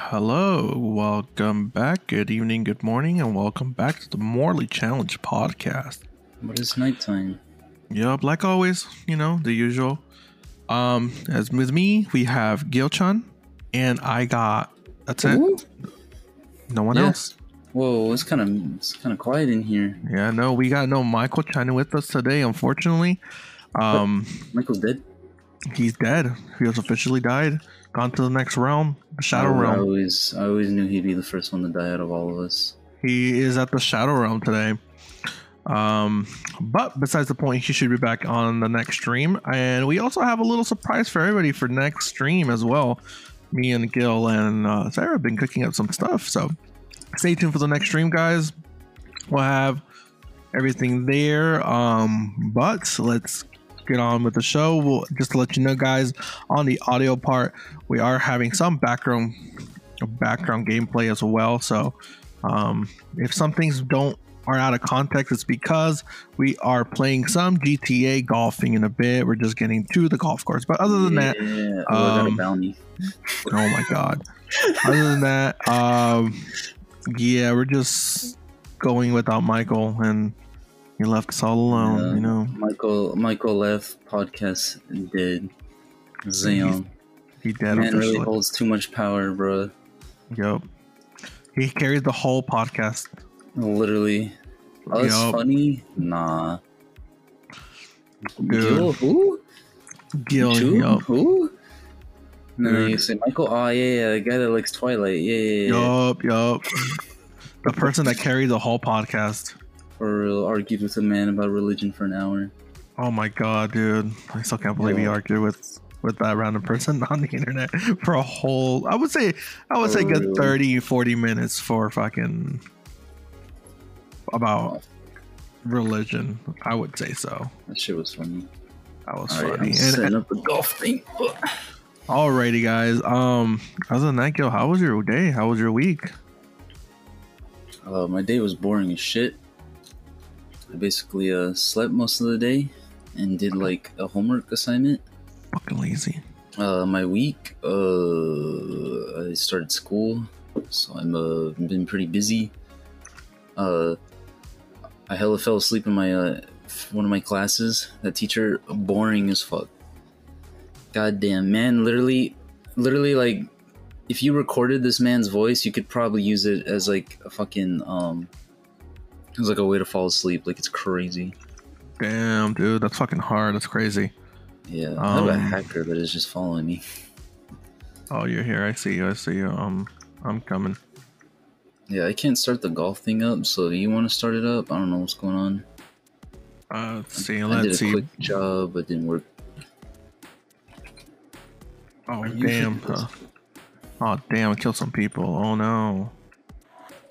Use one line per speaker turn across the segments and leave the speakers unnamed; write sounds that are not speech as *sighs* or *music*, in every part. Hello, welcome back. Good evening, good morning, and welcome back to the Morley Challenge podcast.
What is nighttime?
Yup, like always, you know, the usual. Um, as with me, we have Gilchan, and I got that's it.
Ooh.
No one
Yeah.
else.
Whoa, it's kind of it's kind of quiet in here.
Yeah, no, we got no Michael China with us today, unfortunately. Um,
Michael's dead.
he's dead. He has officially died. Gone to the next realm, the Shadow
Oh, I
Realm.
always I always knew he'd be the first one to die out of all of us.
He is at the Shadow Realm today. Um, but besides the point, he should be back on the next stream. And we also have a little surprise for everybody for next stream as well. Me and Gil and uh, Sarah have been cooking up some stuff. So stay tuned for the next stream, guys. We'll have everything there. Um, but let's get on with the show. We'll just to let you know, guys, on the audio part, we are having some background background gameplay as well. So um, if some things don't are out of context, it's because we are playing some GTA golfing in a bit. We're just getting to the golf course. But other than that,
yeah, oh, I got a
um,
bounty.
oh my god. other than that, um, yeah, we're just going without Michael, and he left us all alone.
Yeah.
You know,
Michael Michael left podcast dead. Zam.
he dead
Man
officially.
really holds too much power, bro.
Yep. He carries the whole podcast.
Literally. Us
Yup.
funny? Nah.
Dude.
Yo, who?
Gil,
Two?
yup.
Who? And then
Dude.
you say Michael. Oh yeah, yeah, the guy that likes Twilight. Yeah, yeah, yeah.
Yup, yup. the person that carried the whole podcast.
For real, argued with a man about religion for an hour.
Oh my god, dude. I still can't believe he
Yeah.
argued with with that random person *laughs* on the internet for a whole I would say I would say
For
good
real.
30 40 minutes for fucking about religion. I would say so.
That shit was funny.
That was
All right,
funny. And-
I'm setting up the golf thing. Ugh.
Alrighty, guys. Um, other than that, Gil, how was your day? How was your week?
Uh, my day was boring as shit. I basically uh, slept most of the day and did like a homework assignment.
Fucking lazy.
Uh, my week, uh, I started school, so I'm uh, been pretty busy. Uh, I hella fell asleep in my uh, f- one of my classes. That teacher, boring as fuck. Goddamn man, literally, literally like, if you recorded this man's voice, you could probably use it as like a fucking um, as like a way to fall asleep. Like it's crazy.
Damn, dude, that's fucking hard. That's crazy.
Yeah, I have a
Um,
hacker that is just following me.
Oh, you're here. I see you. I see you. Um, I'm coming.
Yeah, I can't start the golf thing up, so do you want to start it up? I don't know what's going on.
Uh, let's see.
I did a
Let's see.
quick job, but didn't work.
Oh,
Are you
damn.
serious?
Uh, oh, damn. I killed some people. Oh, no.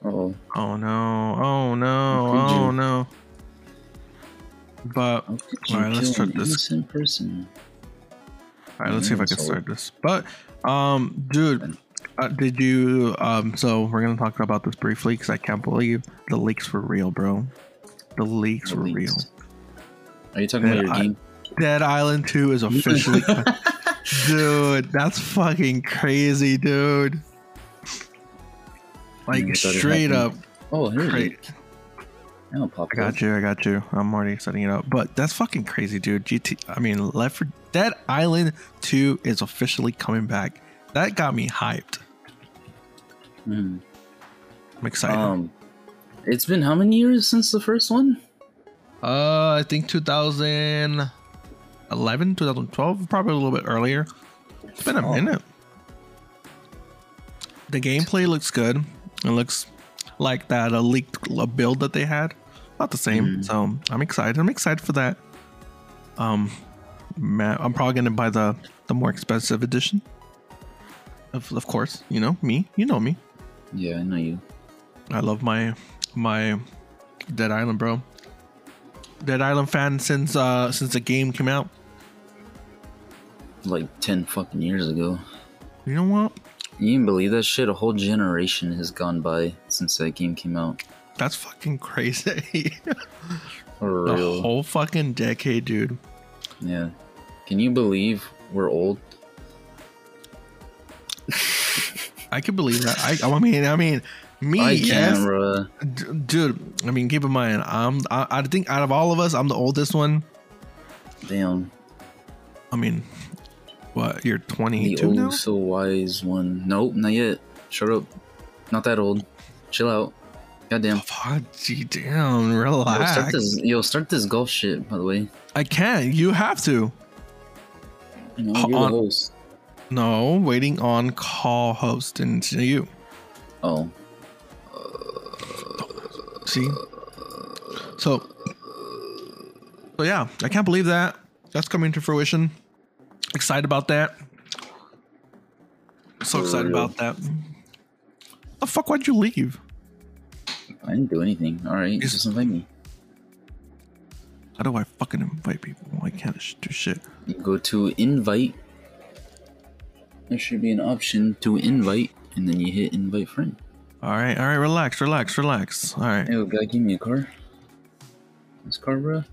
Oh,
Oh, no. Oh, no.
Who killed
Oh,
you?
no. But, all
how could you
Alright,
kill
let's
an
start this.
innocent person?
right, let's see if I can
So-
start this. But, um, dude, uh, did you, um, so we're going to talk about this briefly because I can't believe the leaks were real, bro. The leaks
At
were real.
least. Are you talking
Then
about your
I-
game?
Dead Island 2 is *laughs*
*laughs*
officially. dude, that's fucking crazy, dude.
Never
Like,
thought it
straight up.
happened. Oh, here it
Cra-
is. Now it popped
I
up.
got you. I got you. I'm already setting it up. But that's fucking crazy, dude. GT. I mean, Left 4 Dead Island 2 is officially coming back. That got me hyped.
Mhm.
I'm excited.
Um, it's been how many years since the first one?
uh, I think 2011, 2012, probably a little bit earlier. It's been a
Oh.
minute. The gameplay looks good. It looks like that a leaked a build that they had. Not the same.
Mhm.
So I'm excited. I'm excited for that. Um, ma I'm probably gonna buy the the more expensive edition. Of, of course, you know me. You know me.
Yeah, I know you.
I love my my Dead Island, bro. Dead Island fan since uh since the game came out.
Like 10 fucking years ago.
You know what?
You can believe that shit? A whole generation has gone by since that game came out.
That's fucking crazy. *laughs*
For
the
real.
whole fucking decade, dude.
Yeah. Can you believe we're old?
I can believe that. I, I mean, I mean, me
I
yes,
can't, bruh.
D- dude. I mean, keep in mind, I'm. I, I think out of all of us, I'm the oldest one.
Damn.
I mean, what? You're
The
22 now.
old, so wise one. Nope, not yet. Shut up. Not that old. Chill out. Goddamn.
Fuck, gee, damn,
Yo, start
relax.
this. Yo, start this golf shit. By the way,
I can't. You have to.
you know,
Ho-
you're the
on-
host.
No, waiting on call host and see you.
Oh,
See? So So yeah, I can't believe that. That's coming to fruition. Excited about that. So
For
excited
real.
about that. The fuck why'd you leave?
I didn't do anything. All right,
Is-
just invite me.
How do I fucking invite people? I can't sh- do shit.
You go to invite. There should be an option to invite, and then you hit invite friend.
Alright, alright, relax, relax, relax. Alright.
Yo, guy, give me a car. This car, bro.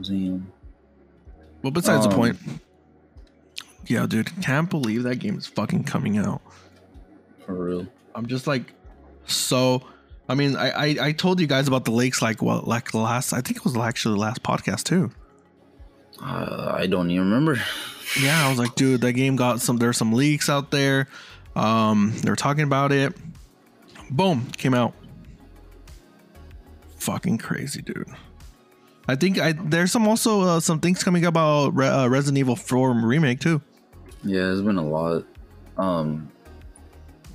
Damn.
Well besides the
Um,
point. Yeah, dude, can't believe that game is fucking coming out.
For real.
I'm just like so. I mean, I, I I told you guys about the lakes like well like last I think it was actually the last podcast too.
Uh, I don't even remember.
Yeah, I was like, dude, that game got some. There's some leaks out there. Um, they were talking about it. Boom, came out. Fucking crazy, dude. I think I there's some also uh, some things coming up about Re- uh, Resident Evil 4 remake too.
Yeah, there's been a lot. Um,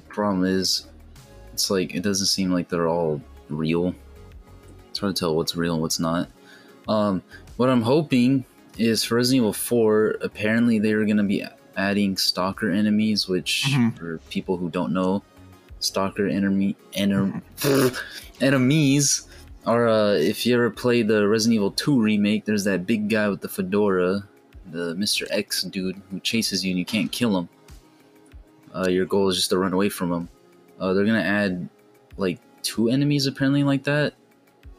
problem is, it's like it doesn't seem like they're all real. It's hard to tell what's real and what's not. Um, what I'm hoping is for Resident Evil 4. Apparently, they are going to be adding stalker enemies, which
Mhm.
for people who don't know, stalker enemy ener- *laughs* enemies are uh, if you ever play the Resident Evil 2 remake, there's that big guy with the fedora, the Mr. X dude who chases you and you can't kill him. Uh, your goal is just to run away from him. Uh, they're gonna add like two enemies apparently like that,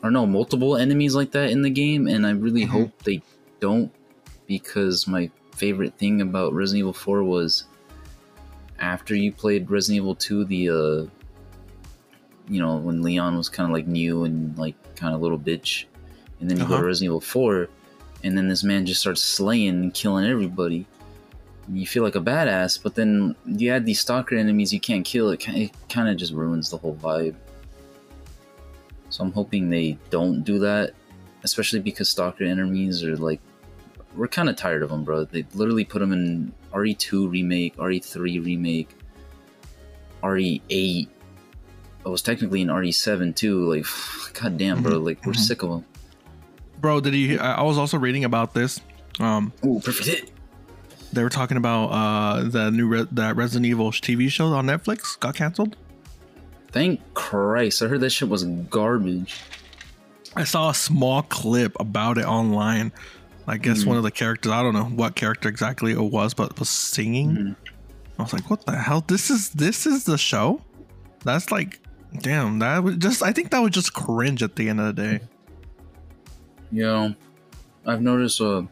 or no, multiple enemies like that in the game, and I really
Mhm.
hope they don't because my favorite thing about Resident Evil 4 was after you played Resident Evil 2, the uh, you know when Leon was kind of like new and like kind of little bitch, and then you go
Uh-huh.
to Resident Evil 4, and then this man just starts slaying and killing everybody. And You feel like a badass, but then you add these stalker enemies you can't kill. It kind of just ruins the whole vibe. So I'm hoping they don't do that, especially because stalker enemies are like we're kind of tired of them, bro. They literally put them in RE2 remake, RE3 remake, RE8. I was technically in RE7 too. Like, *sighs* god damn, bro. Like, we're
mhm.
sick of them.
Bro, did you? I I was also reading about this. Um,
Ooh, perfect hit.
they were talking about uh the new Re- that Resident Evil TV show on Netflix got canceled.
Thank Christ. I heard that shit was garbage.
I saw a small clip about it online. I guess
Mm.
one of the characters, I don't know what character exactly it was, but was singing.
Mhm.
I was like, what the hell? This is this is the show? That's like damn, that was just I think that was just cringe at the end of the day.
Yeah. I've noticed uh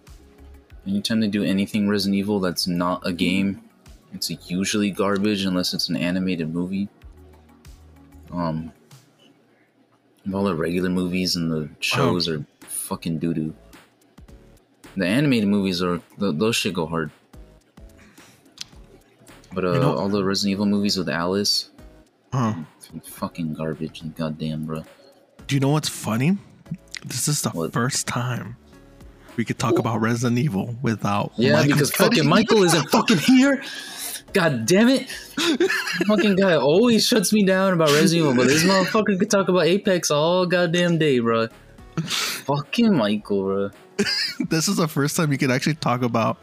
anytime they do anything Resident Evil that's not a game, it's usually garbage unless it's an animated movie. Um of all the regular movies and the shows are fucking doo doo. The animated movies are th- those shit go hard. But uh,
know-
all the Resident Evil movies with Alice, Hmm.
Huh.
fucking garbage. Goddamn, bro.
Do you know what's funny? This is the
What?
first time we could talk about Resident Evil without
Yeah,
Michael
because
Cuddy. *laughs*
fucking Michael isn't fucking here. God damn it. fucking guy always shuts me down about Resident Evil, but this motherfucker could talk about Apex all goddamn day, bro. Fucking Michael, bro.
this is the first time you could actually talk about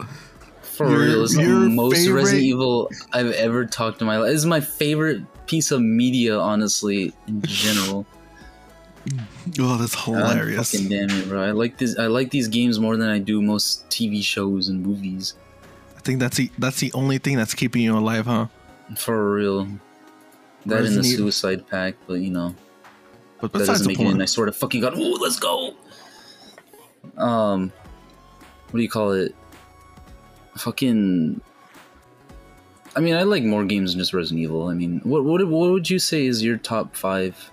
For
Your-
real, it's the
your
most
favorite-
Resident Evil I've ever talked in my life. This is my favorite piece of media, honestly, in general.
Oh, that's
God
hilarious.
Fucking damn it, bro. I like this I like these games more than I do most TV shows and movies.
I think that's the that's the only thing that's keeping you alive, huh?
For real. That in the
Resident E Evil-
suicide pack, but you know.
But
that
besides
doesn't
the
make it.
point,
And I sort of fucking got, ooh, let's go. Um, what do you call it? Fucking I mean, I like more games than just Resident Evil. I mean, what what what would you say is your top five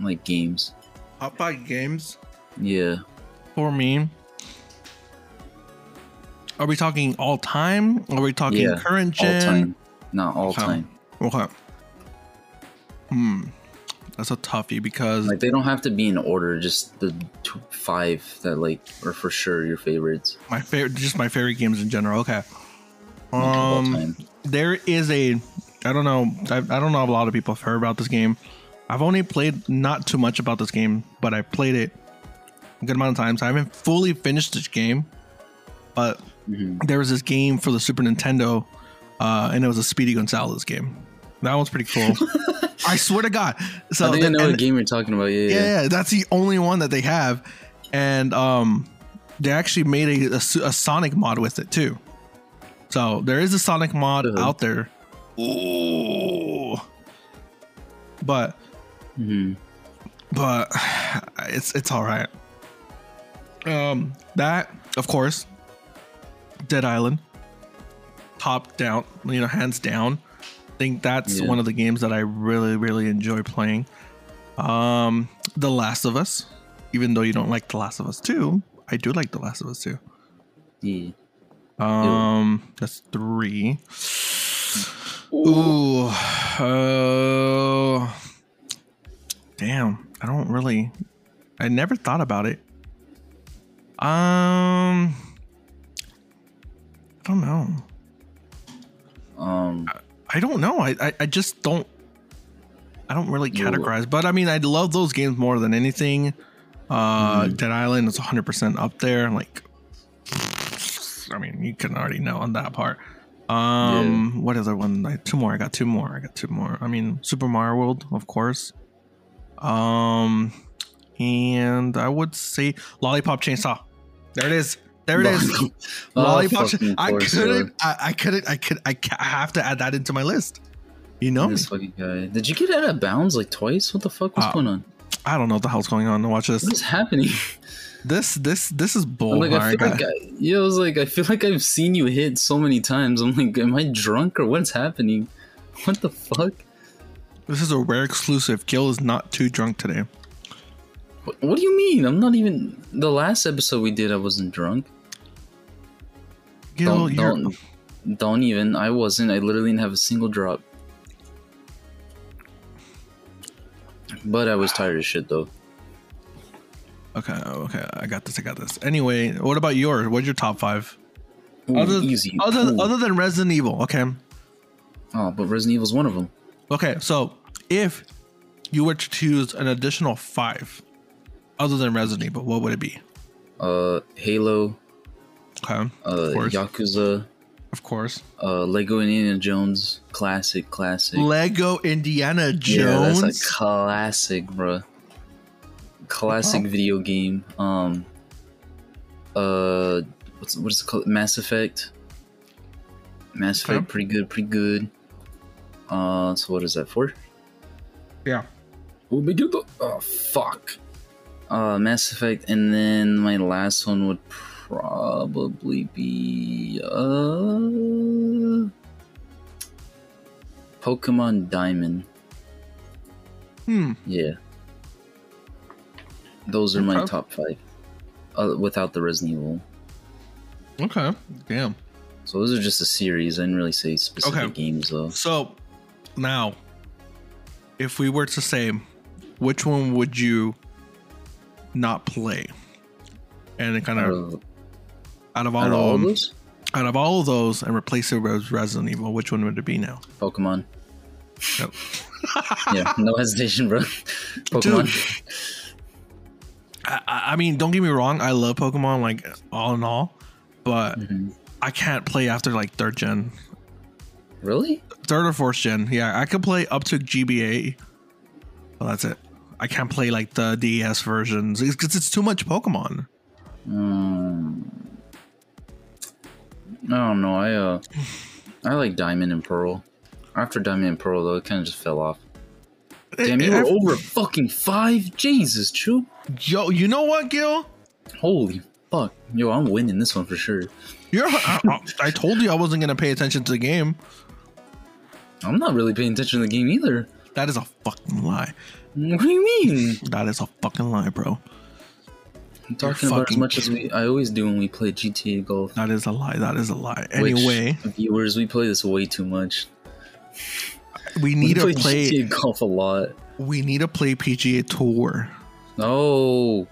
like games?
Top five games
Yeah,
for me. Are we talking all time? Are we talking
Yeah,
current
all
gen?
time, not all
Okay.
time.
Okay. Hmm. That's a toughie because
Like they don't have to be in order. Just the two, five that like are for sure your favorites
my favorite, just my favorite games in general. Okay.
of all
Um,
time.
there is a, I don't know, I, I don't know if a lot of people have heard about this game. I've only played not too much about this game, but I played it a good amount of times. I haven't fully finished this game, but
Mhm.
there was this game for the Super Nintendo, uh, and it was a Speedy Gonzalez game. That one's pretty
*laughs*
cool. I swear to God. So
I think I
the-
know
oh, and-
what game you're talking about. Yeah, yeah.
yeah, yeah, that's the only one that they have, and um, they actually made a, a su- a Sonic mod with it too. So there is a Sonic mod
Uh-huh.
out there. Ooh, but
hmm
but it's it's all right. Um, that of course, Dead Island, top down, you know, hands down. I think that's
Yeah.
one of the games that I really really enjoy playing. Um, The Last of Us, even though you don't like The Last of Us two, I do like The Last of Us two.
yeah. E.
Um, that's three. Ooh, uh, damn! I don't really. I never thought about it. Um, I don't know.
Um,
I don't know. I I, I just don't. I don't really
You-
categorize, but I mean, I love those games more than anything. Uh, Dead Island is 100% up there. Like, I mean, you can already know on that part. Um, what other one? I, two more. I got two more. I got two more. I mean, Super Mario World, of course. Um, and I would say Lollipop Chainsaw. There it is. There it is.
*laughs* Oh,
Lollipop.
fucking
I
course,
couldn't.
dude.
I, I couldn't. I could. I, ca- I have to add that into my list. You know, me.
This fucking guy. Did you get out of bounds like twice? What the fuck was
Uh,
going on?
I don't know what the hell's going on. Watch this.
What is happening? *laughs*
This. This. This is bull.
I'm like, I
my
feel
God.
like I, yeah, I was like, I feel like I've seen you hit so many times. I'm like, am I drunk or what's happening? *laughs* What the fuck?
this is a rare exclusive. Gil is not too drunk today.
What, what do you mean? I'm not even. The last episode we did, I wasn't drunk.
Gil,
Don't,
you're.
don't, don't even. I wasn't. I literally didn't have a single drop. But I was tired as shit though.
Okay. Okay. I got this. I got this. Anyway, what about yours? What's your top five?
Ooh,
Other,
Mm, easy.
Other,
Ooh.
other than Resident Evil. Okay.
oh, but Resident Evil's one of them.
Okay. So if you were to choose an additional five, other than Resident Evil, what would it be?
Uh, Halo,
Okay.
uh,
of course.
Yakuza,
Of course.
uh, Lego Indiana Jones, classic, classic.
Lego Indiana
Yeah,
Jones.
that's a classic, bruh. Classic video game. Um, uh, what's what is it called? Mass Effect. Mass
Okay.
Effect, pretty good, pretty good. Uh, so what is that for?
yeah.
What we do? Oh fuck. Uh, Mass Effect, and then my last one would probably be uh, Pokemon Diamond.
Hmm.
Yeah. Those are my
Okay.
top five. Uh, without the Resident Evil.
Okay. Damn.
So those are just a series. I didn't really say specific
Okay.
games though.
So now, if we were to say, which one would you not play? And it kind
Out
of
of,
out of all,
Uh, out of all
of
of
them,
those?
out of all of those, and replace it with Resident Evil, which one would it be now?
Pokemon.
Nope.
*laughs* yeah, no hesitation, bro. Pokemon.
I, I I mean, don't get me wrong, I love Pokemon, like all in all, but
Mhm.
I can't play after like third gen.
Really?
third or fourth gen. Yeah, I could play up to GBA. Well, that's it. I can't play like the DS versions because it's, too much Pokemon.
Um, I don't know. I uh, I like Diamond and Pearl. After Diamond and Pearl, though, it kind of just fell off. Damn, you
Eh, eh,
were over fucking five. Jesus, true.
yo, you know what, Gil?
Holy fuck, yo, I'm winning this one for sure.
*laughs* You're. I, I- I told you I wasn't gonna pay attention to the game.
I'm not really paying attention to the game either.
That is a fucking lie.
What do you mean?
That is a fucking lie, bro.
I'm talking about as
fucking
much as we I always do when we play GTA Golf.
That is a lie. That is a lie.
which,
Anyway,
viewers, we play this way too much.
we
We
need to
play
play.
GTA Golf a lot.
We need to play PGA Tour.
No,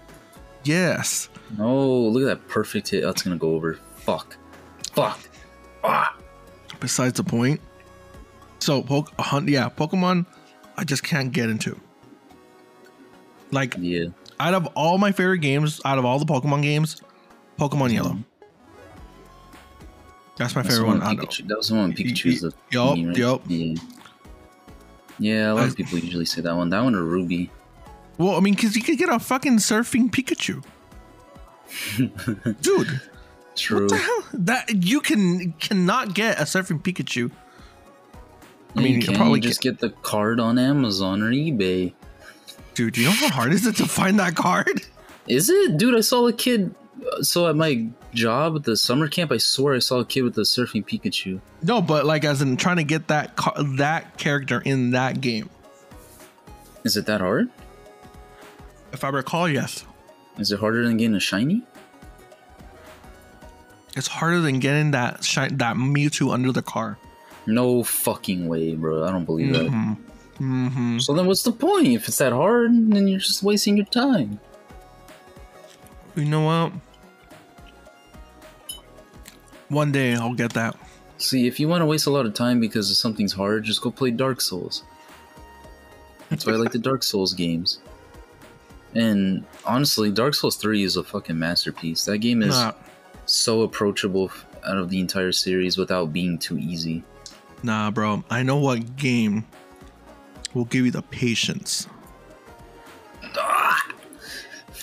Yes.
no, look at that perfect hit. That's gonna go over. Fuck, fuck.
Besides the point. So, Pok- hunt. Yeah, Pokemon. I just can't get into. Like
Yeah,
out of all my favorite games, out of all the Pokemon games, Pokemon Yellow. That's my
Mm. that's the
favorite
one
one. Out of,
Pikachu. That was the one Pikachu's. the
Yup,
thingy, right?
yup.
Yeah. Yeah, a lot
I-
of people usually say that one. That one or Ruby.
well, I mean, because you could get a fucking surfing
*laughs*
Pikachu, dude.
True.
What the hell? That you can cannot get a surfing Pikachu. I mean, you
can
probably
just get the card on Amazon or eBay.
Dude, do you know how hard is it to find that card? *laughs*
Is it, dude? I saw a kid. uh, So at my job, the summer camp, I swear I saw a kid with a surfing Pikachu.
No, but like as in trying to get that ca- that character in that game.
Is it that hard?
If I recall, yes,
Is it harder than getting a shiny?
it's harder than getting that shi- that Mewtwo under the car.
No fucking way, bro. I don't believe that.
Mhm. Mhm.
So then, what's the point? If it's that hard, then you're just wasting your time.
You know what? One day I'll get that.
See, if you want to waste a lot of time because something's hard, just go play Dark Souls. That's why I like the Dark Souls games. And honestly, Dark Souls 3 is a fucking masterpiece. That game is
Nah,
so approachable f- out of the entire series without being too easy.
nah, bro. I know what game will give you the patience.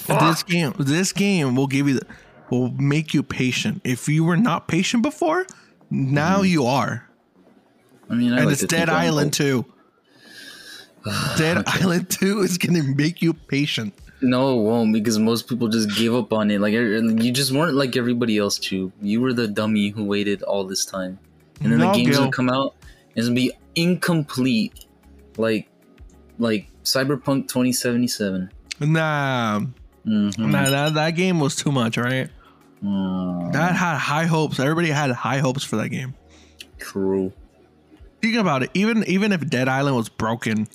This game, this game will give you the, will make you patient. If you were not patient before, now you are.
I mean, Mm-hmm. I
and
like
it's
to
Dead
think I'm-
Island
*sighs*
too. Dead Island 2 is going to make you patient.
No, it won't because most people just give up on it. Like er- you just weren't like everybody else, too. You were the dummy who waited all this time, and then
No,
the games
Gil.
will come out and it'll be incomplete, like like Cyberpunk 2077.
Nah,
Mm-hmm.
nah that, that game was too much, right? That had high hopes. Everybody had high hopes for that game.
true.
Think about it. Even even if Dead Island was broken,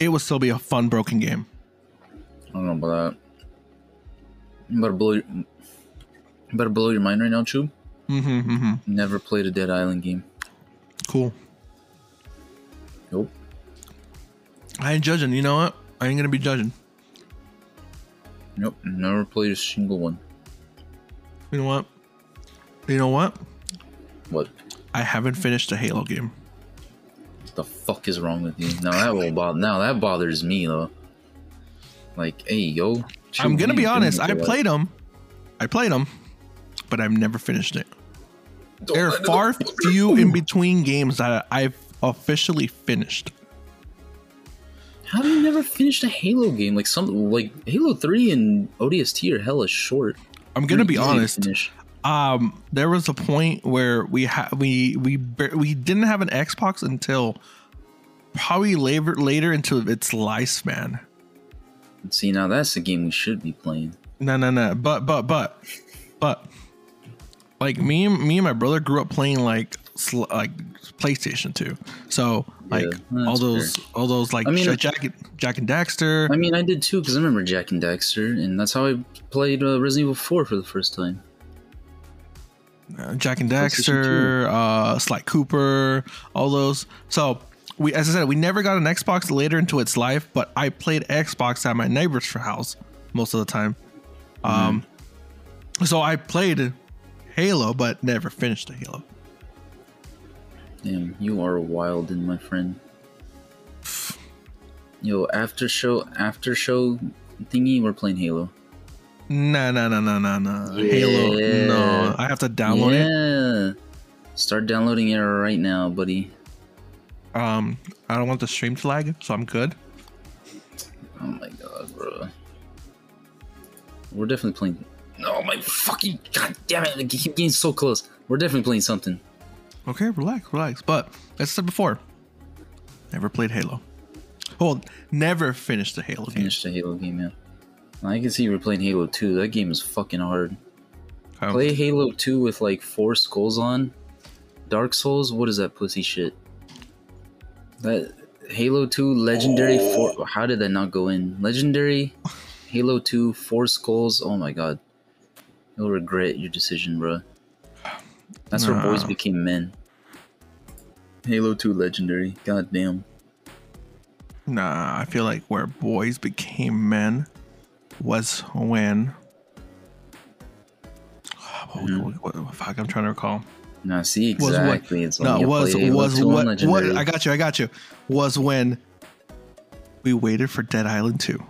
it would still be a fun broken game.
I don't know about that. You better blow your, you better blow your mind right now, Chub.
Mm-hmm, mm-hmm.
Never played a Dead Island game.
Cool.
Nope.
I ain't judging. You know what? I ain't gonna be judging.
Nope. Never played a single one.
You know what? You know what?
What
I haven't finished a Halo game.
the fuck is wrong with you? Now that will bother. Now that bothers me though. Like, hey, yo. chill,
I'm gonna
what
be
are you
honest.
doing
I
with that?
played them. I played them, but I've never finished it.
Don't
There are
let it-
far
*laughs*
few in between games that I've officially finished.
How do you never finish a Halo game? Like some, like Halo Three and ODST are hella short.
I'm gonna be
Pretty easy to
honest.
finish.
um there was a point where we had we we bar- we didn't have an xbox until probably later later into its lifespan
See, now that's the game we should be playing.
no no no but but but but like me and me and my brother grew up playing like sl- like playstation 2 so like
that's
all those all those like
I mean,
Ja-
it-
jack, jack and daxter
I mean, I did too because I remember Jack and Daxter, and that's how I played uh, Resident Evil Four for the first time.
uh, Jack and
PlayStation
Daxter, uh, Sly Cooper, all those. So we, as I said, we never got an Xbox later into its life, but I played Xbox at my neighbor's house most of the time. Um,
Mm-hmm.
so I played Halo, but never finished the Halo.
Damn, you are wild, in my friend. Yo, after show, after show thingy, we're playing Halo.
Nah, nah, nah, nah, nah, nah. Halo, no.
Yeah.
I have to download it.
yeah. Start downloading it right now, buddy.
Um, I don't want the stream to lag, so I'm good.
Oh my god, bro. We're definitely playing. No, my fucking god damn it! I keep getting so close. We're definitely playing something.
Okay, relax, relax. But as I said before, Never played Halo. Well, never finished a Halo game.
Finished a Halo game, yeah. I can see you were playing Halo 2. That game is fucking hard.
Oh.
Play Halo 2 with like four skulls on. Dark Souls, what is that pussy shit? That Halo 2 legendary four how did that not go in? Legendary Halo 2 four skulls. Oh my god. You'll regret your decision, bruh. That's where boys
Nah.
became men. Halo 2 legendary. God damn.
Nah, I feel like where boys became men was when. oh, What-
Hmm.
what- what- fuck, I'm trying to recall.
Now see
Was what-
exactly. it's
No,
you
was
play Halo
was
2 on
what, what?
Legendary.
I got you. I got you. Was when we waited for Dead Island 2.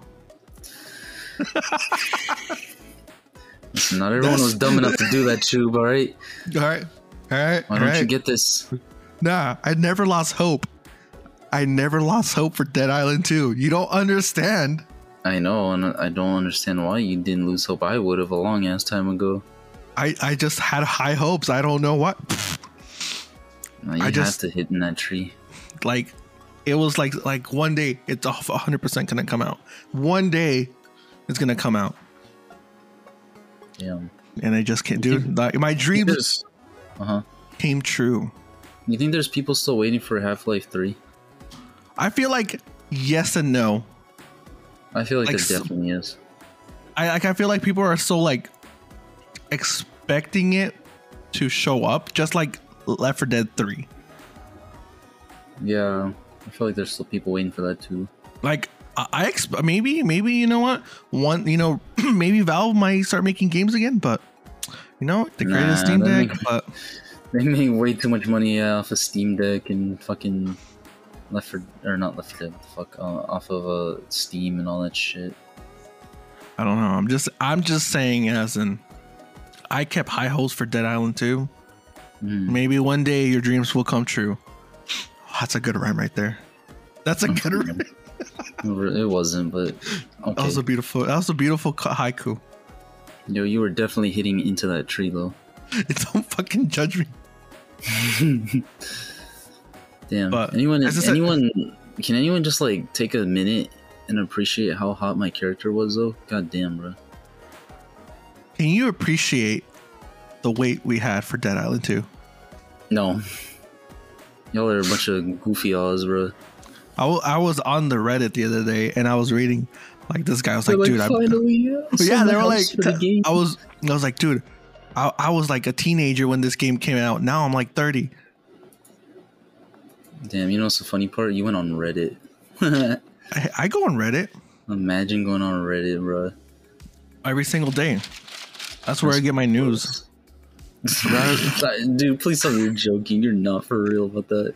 Not everyone
That's-
was dumb enough to do that, Chub, alright?
All right, all right,
Why
all
don't you
right.
get this?
nah, I never lost hope. I never lost hope for Dead Island 2. You don't understand.
I know, and I don't understand why you didn't lose hope. I would have a long ass time ago.
I I just had high hopes. I don't know what.
Now you
I just-
have to hit in that tree.
like it was like like one day it's off 100% gonna come out one day it's gonna come out
Yeah.
and i just can't do it like my dream
Uh huh.
came true
You think there's people still waiting for Half Life Three?
i feel like yes and no
I feel like,
Like
there
some-
definitely is.
i like i feel like people are so like expecting it to show up just like left for dead 3
Yeah. I feel like there's still people waiting for that too. *laughs*
like i, I exp- maybe maybe you know what one you know *clears throat* maybe valve might start making games again but you know the
Nah,
greatest steam
they're
deck
making-
but
They made way too much money uh, off of Steam Deck and fucking Left for or not Left for Dead, fuck uh, off of uh, Steam and all that shit.
I don't know. I'm just I'm just saying as in I kept high hopes for Dead Island 2.
Mm.
Maybe one day your dreams will come true. That's a good rhyme right there. That's a good rhyme.
It wasn't, but
*laughs*
okay.
That was a beautiful that was a beautiful ca- haiku. *laughs*
Yo, you were definitely hitting into that tree though.
It's don't fucking judge me.
Damn.
But
anyone,
as I said-
anyone, can anyone just like take a minute and appreciate how hot my character was though? God damn, bro.
Can you appreciate the wait we had for Dead Island 2?
No. Y'all are a bunch of goofy alls, bro.
I wa- I was on the Reddit the other day and I was reading like this guy was like, dude, I'm *laughs* But yeah, they were like, I was, I was like, dude, I, I was like a teenager when this game came out. Now I'm like 30.
damn. You know what's the funny part? You went on Reddit. *laughs*
I, I go on Reddit
Imagine going on Reddit, bro.
every single day. That's where I get my
*laughs*
news.
Dude, please tell me you're joking. You're not for real about that.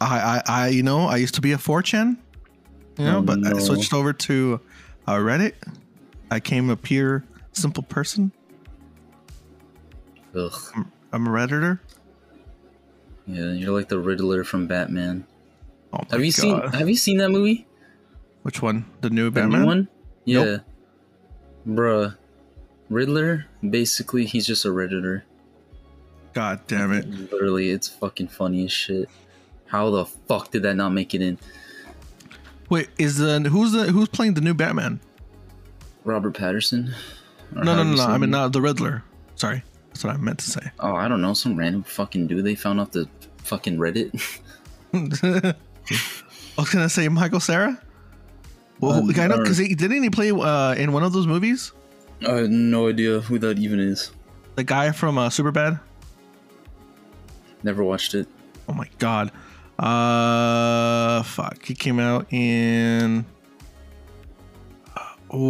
I, I, I you know, I used to be a 4chan, you know,
Oh,
but I
no.
switched over to uh, Reddit. I came a pure, simple person.
Ugh.
I'm a redditor.
Yeah, you're like the Riddler from Batman.
Oh my
Have you seen?
God.
Have you seen that movie?
which one? The new
The new
Batman
one? Yeah.
Nope.
Bruh. Riddler, basically, he's just a Redditor.
God damn it!
Literally, it's fucking funny as shit. How the fuck did that not make it in?
Wait, is the who's the who's playing the new Batman?
Robert Patterson? Or
No, no,
however
no,
you
no.
say
I mean,
it.
not the Riddler. Sorry, that's what I meant to say.
Oh, I don't know. Some random fucking dude they found off the fucking Reddit.
*laughs*
*laughs*
I was gonna say Michael Sarah. Well,
Um,
who- I know
or-
because didn't he play uh, in one of those movies?
I had no idea who that even is.
The guy from uh, Superbad.
Never watched it.
Oh my god. Uh, fuck. He came out in.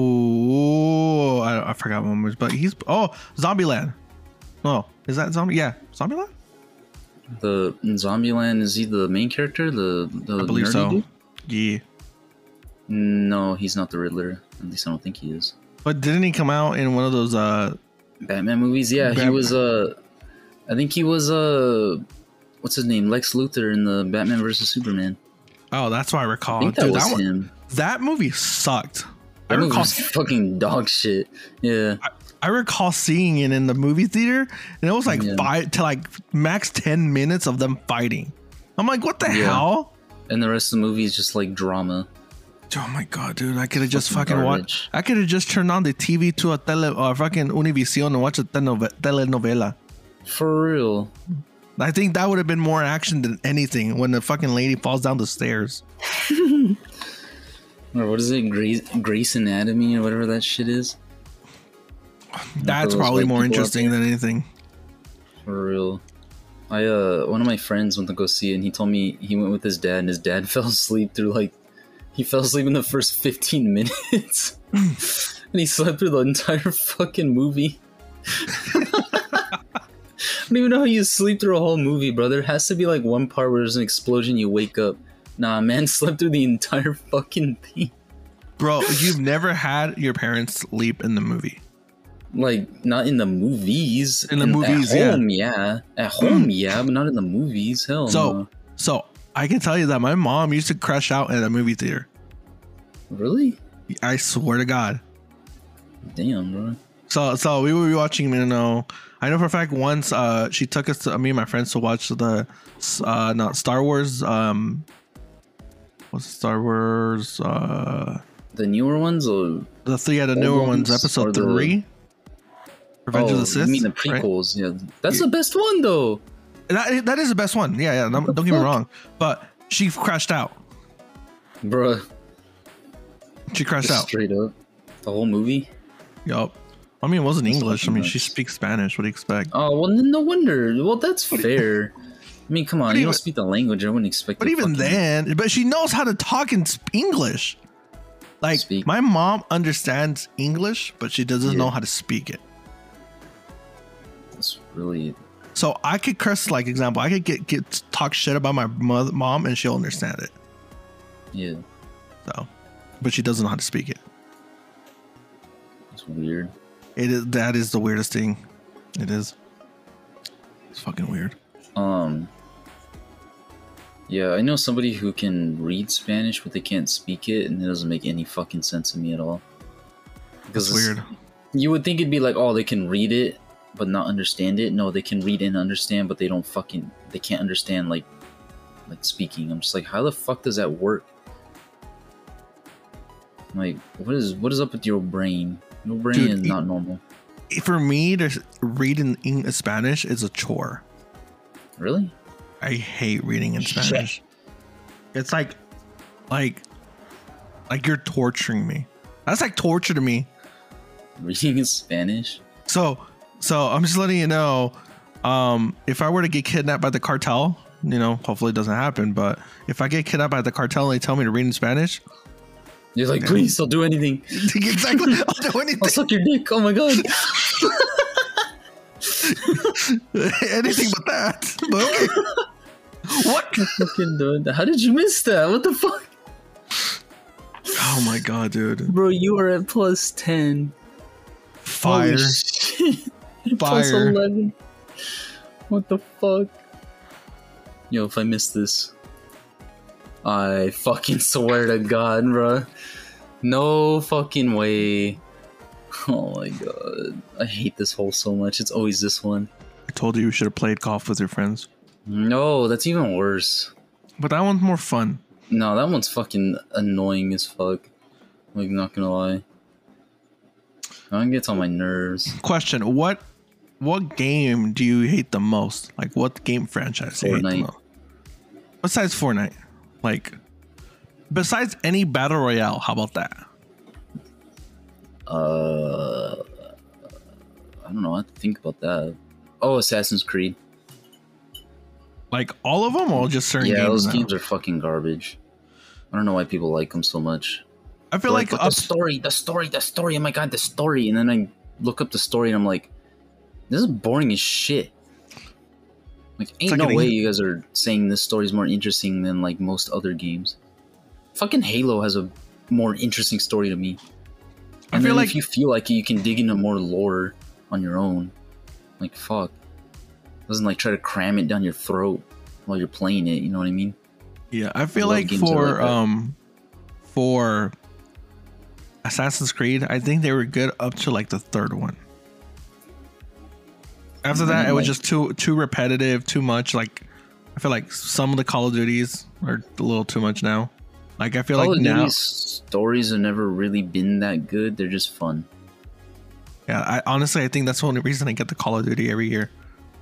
Oh, I, I forgot what movies, but he's oh Zombieland. Oh, is that zombie? Yeah, Zombieland.
The in Zombieland is he the main character? The the
I believe
nerdy
so.
dude?
Yeah,
No, he's not the Riddler. At least I don't think he is.
but didn't he come out in one of those? Uh,
Batman movies. Yeah, he
Batman.
was uh I think he was uh what's his name? Lex Luthor in the Batman versus Superman.
oh, that's why I recall.
I think that
Dude,
was
that, one,
him.
that movie sucked. I
That movie
recall
was fucking dog shit. Yeah.
I recall seeing it in the movie theater, and it was like
Yeah.
five to like max ten minutes of them fighting. I'm like, what the
Yeah.
hell?
And the rest of the movie is just like drama.
Oh my god, dude! I could have just
Fucking
fucking watched.
garbage.
I could have just turned on the TV to a tele or fucking Univision and watched a teleno- telenovela.
For real.
I think that would have been more action than anything when the fucking lady falls down the stairs.
Or what is it? Grace, Grace Anatomy or whatever that shit is?
That's
those
probably
white
more
people out
interesting than anything.
For real. I uh one of my friends went to go see it and he told me he went with his dad and his dad *laughs* fell asleep through like he fell asleep in the first 15 minutes. *laughs* and he slept through the entire fucking movie. I don't even know how you sleep through a whole movie, bro. There has to be like one part where there's an explosion, you wake up. Nah, man, *laughs* slept through the entire fucking thing.
Bro, you've never had your parents sleep in the movie.
Like not in the movies.
In the
And
movies, yeah.
at home, yeah. At home, yeah, but not in the movies. Hell.
So,
no.
so I can tell you that my mom used to crash out at a movie theater.
really?
I swear to God.
Damn, bro.
So, so we were watching. You know, I know for a fact once uh, she took us to me and my friends to watch the uh, not Star Wars. Um, what's Star Wars? Uh,
The newer ones or
the three out of newer
Old
ones,
ones or
episode
the-
three. Revenge
oh,
of the Sith.
You mean the
right?
prequels? Yeah, that's
Yeah.
the best one though.
That, that is the best one. Yeah, yeah. Don't,
the
don't get me
fuck?
wrong. But she crashed out.
Bruh, *laughs*
She crashed
just
out.
straight up, the whole movie.
Yup. I mean, it wasn't
That's
English. I
fucking
mean, she
nuts.
speaks Spanish. What do you expect?
Oh well, then no wonder. Well, that's fair. I mean, come on,
But
you
even-
don't speak the language. I wouldn't expect.
But
to
even
fucking-
then, but she knows how to talk in sp- English. Like
Speak.
my mom understands English, but she doesn't
Yeah.
know how to speak it.
that's really
So I could curse, like example, I could get get talk shit about my mother, mom, and she'll understand it.
yeah,
So, but she doesn't know how to speak it.
it's weird.
It is that is the weirdest thing. It is. It's fucking weird.
Um, yeah, I know somebody who can read Spanish, but they can't speak it, and it doesn't make any fucking sense to me at all. Because
It's weird.
you would think it'd be like, oh, they can read it but not understand it. No, they can read and understand, but they don't fucking they can't understand like like speaking. I'm just like, how the fuck does that work? Like, what is what is up with your brain? Your brain
Dude,
is
it-
not normal.
For me to s- read in, in Spanish is a chore.
Really? *laughs*
I hate reading in
Shit.
Spanish. It's like, like, like you're torturing me. That's like torture to me.
Reading in Spanish?
So, so I'm just letting you know. Um, if I were to get kidnapped by the cartel, you know, hopefully it doesn't happen. But if I get kidnapped by the cartel and they tell me to read in Spanish, *laughs*
You're like, please, I'll do anything.
exactly, I'll do
*laughs* I'll
anything,
suck your dick. Oh
*laughs*
my god.
*laughs* anything but that. But okay. What?
Fucking dude. How did you miss that? What the fuck?
Oh my god, dude!
Bro, you are at plus ten.
Fire,
Holy shit. *laughs* Plus
fire.
11. What the fuck? Yo, if I miss this, I fucking *laughs* swear to God, bruh. No fucking way. *laughs* Oh my god. I hate this hole so much. It's always this one.
I told you you should have played golf with your friends,
No, that's even worse.
but that one's more fun.
No, that one's fucking annoying as fuck. Like, not gonna lie. That one gets on my nerves.
question what what game do you hate the most like what game franchise do you hate the
Fortnite.
most besides fortnite like besides any battle royale how about that
Uh, I don't know. I have to think about that. Oh, Assassin's Creed.
like all of them or just certain
yeah,
games,
those
now?
games are fucking garbage. I don't know why people like them so much.
i feel
Like,
like,
but
up,
the story, the story, the story. Oh my god, the story. And then I look up the story and I'm like, this is boring as shit. Like, ain't
like
no
an-
way you guys are saying this story's more interesting than like most other games. Fucking Halo has a more interesting story to me.
I
And
feel
then
like-
if you feel like it, you can dig into more lore on your own. Like fuck, doesn't like try to cram it down your throat while you're playing it. You know what I mean?
yeah i feel
love
like
games that are
for
like that.
um for assassin's creed i think they were good up to like the third one after that
Mhm,
it was
Mm, like-
just too too repetitive too much like i feel like some of the Call of Duties are a little too much now. Like I feel
Call
like
of
now,
Duty's stories have never really been that good. They're just fun.
yeah. I honestly, I think that's the only reason I get the Call of Duty every year.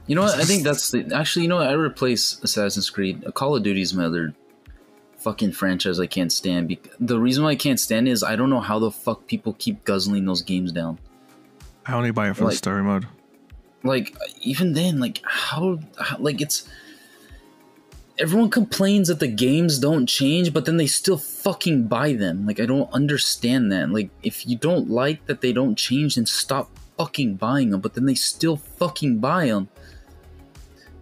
You know what? I think that's the actually. You know what? I replace Assassin's Creed. A Call of Duty is my other fucking franchise I can't stand. Bec- the reason why I can't stand it is I don't know how the fuck people keep guzzling those games down.
I only buy it for the
Like-
story mode.
Like even then, like how, how like it's. Everyone complains that the games don't change, but then they still fucking buy them. Like I don't understand that. Like if you don't like that they don't change, then stop fucking buying them. But then they still fucking buy them.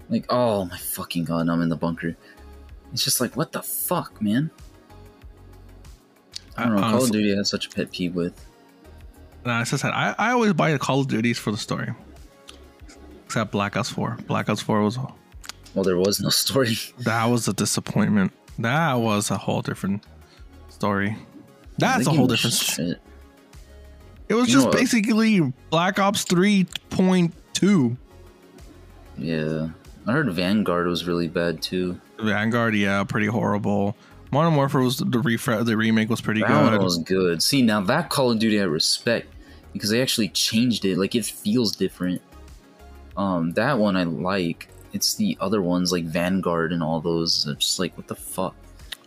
Like, oh my fucking god, now I'm in the bunker. It's just like, what the fuck, man? I don't know. Call of
Uh, honestly-
Duty has such a pet peeve with.
Nah, it's just that I, I always buy the Call of Duties for the story. Except Black Ops 4. Black Ops 4 was
Well, there was no story. *laughs*
that was a disappointment. That was a whole different story. That's a
That game
whole
was
different.
shit.
It was
You
just
know what?
basically Black Ops 3.2.
Yeah, I heard Vanguard was really bad too.
Vanguard, yeah, pretty horrible. Modern Warfare was the refresh, the remake was pretty
That
good.
one was good. See, now that Call of Duty I respect because they actually changed it. Like it feels different. Um, that one I like. It's the other ones like Vanguard and all those. I'm just like, what the fuck?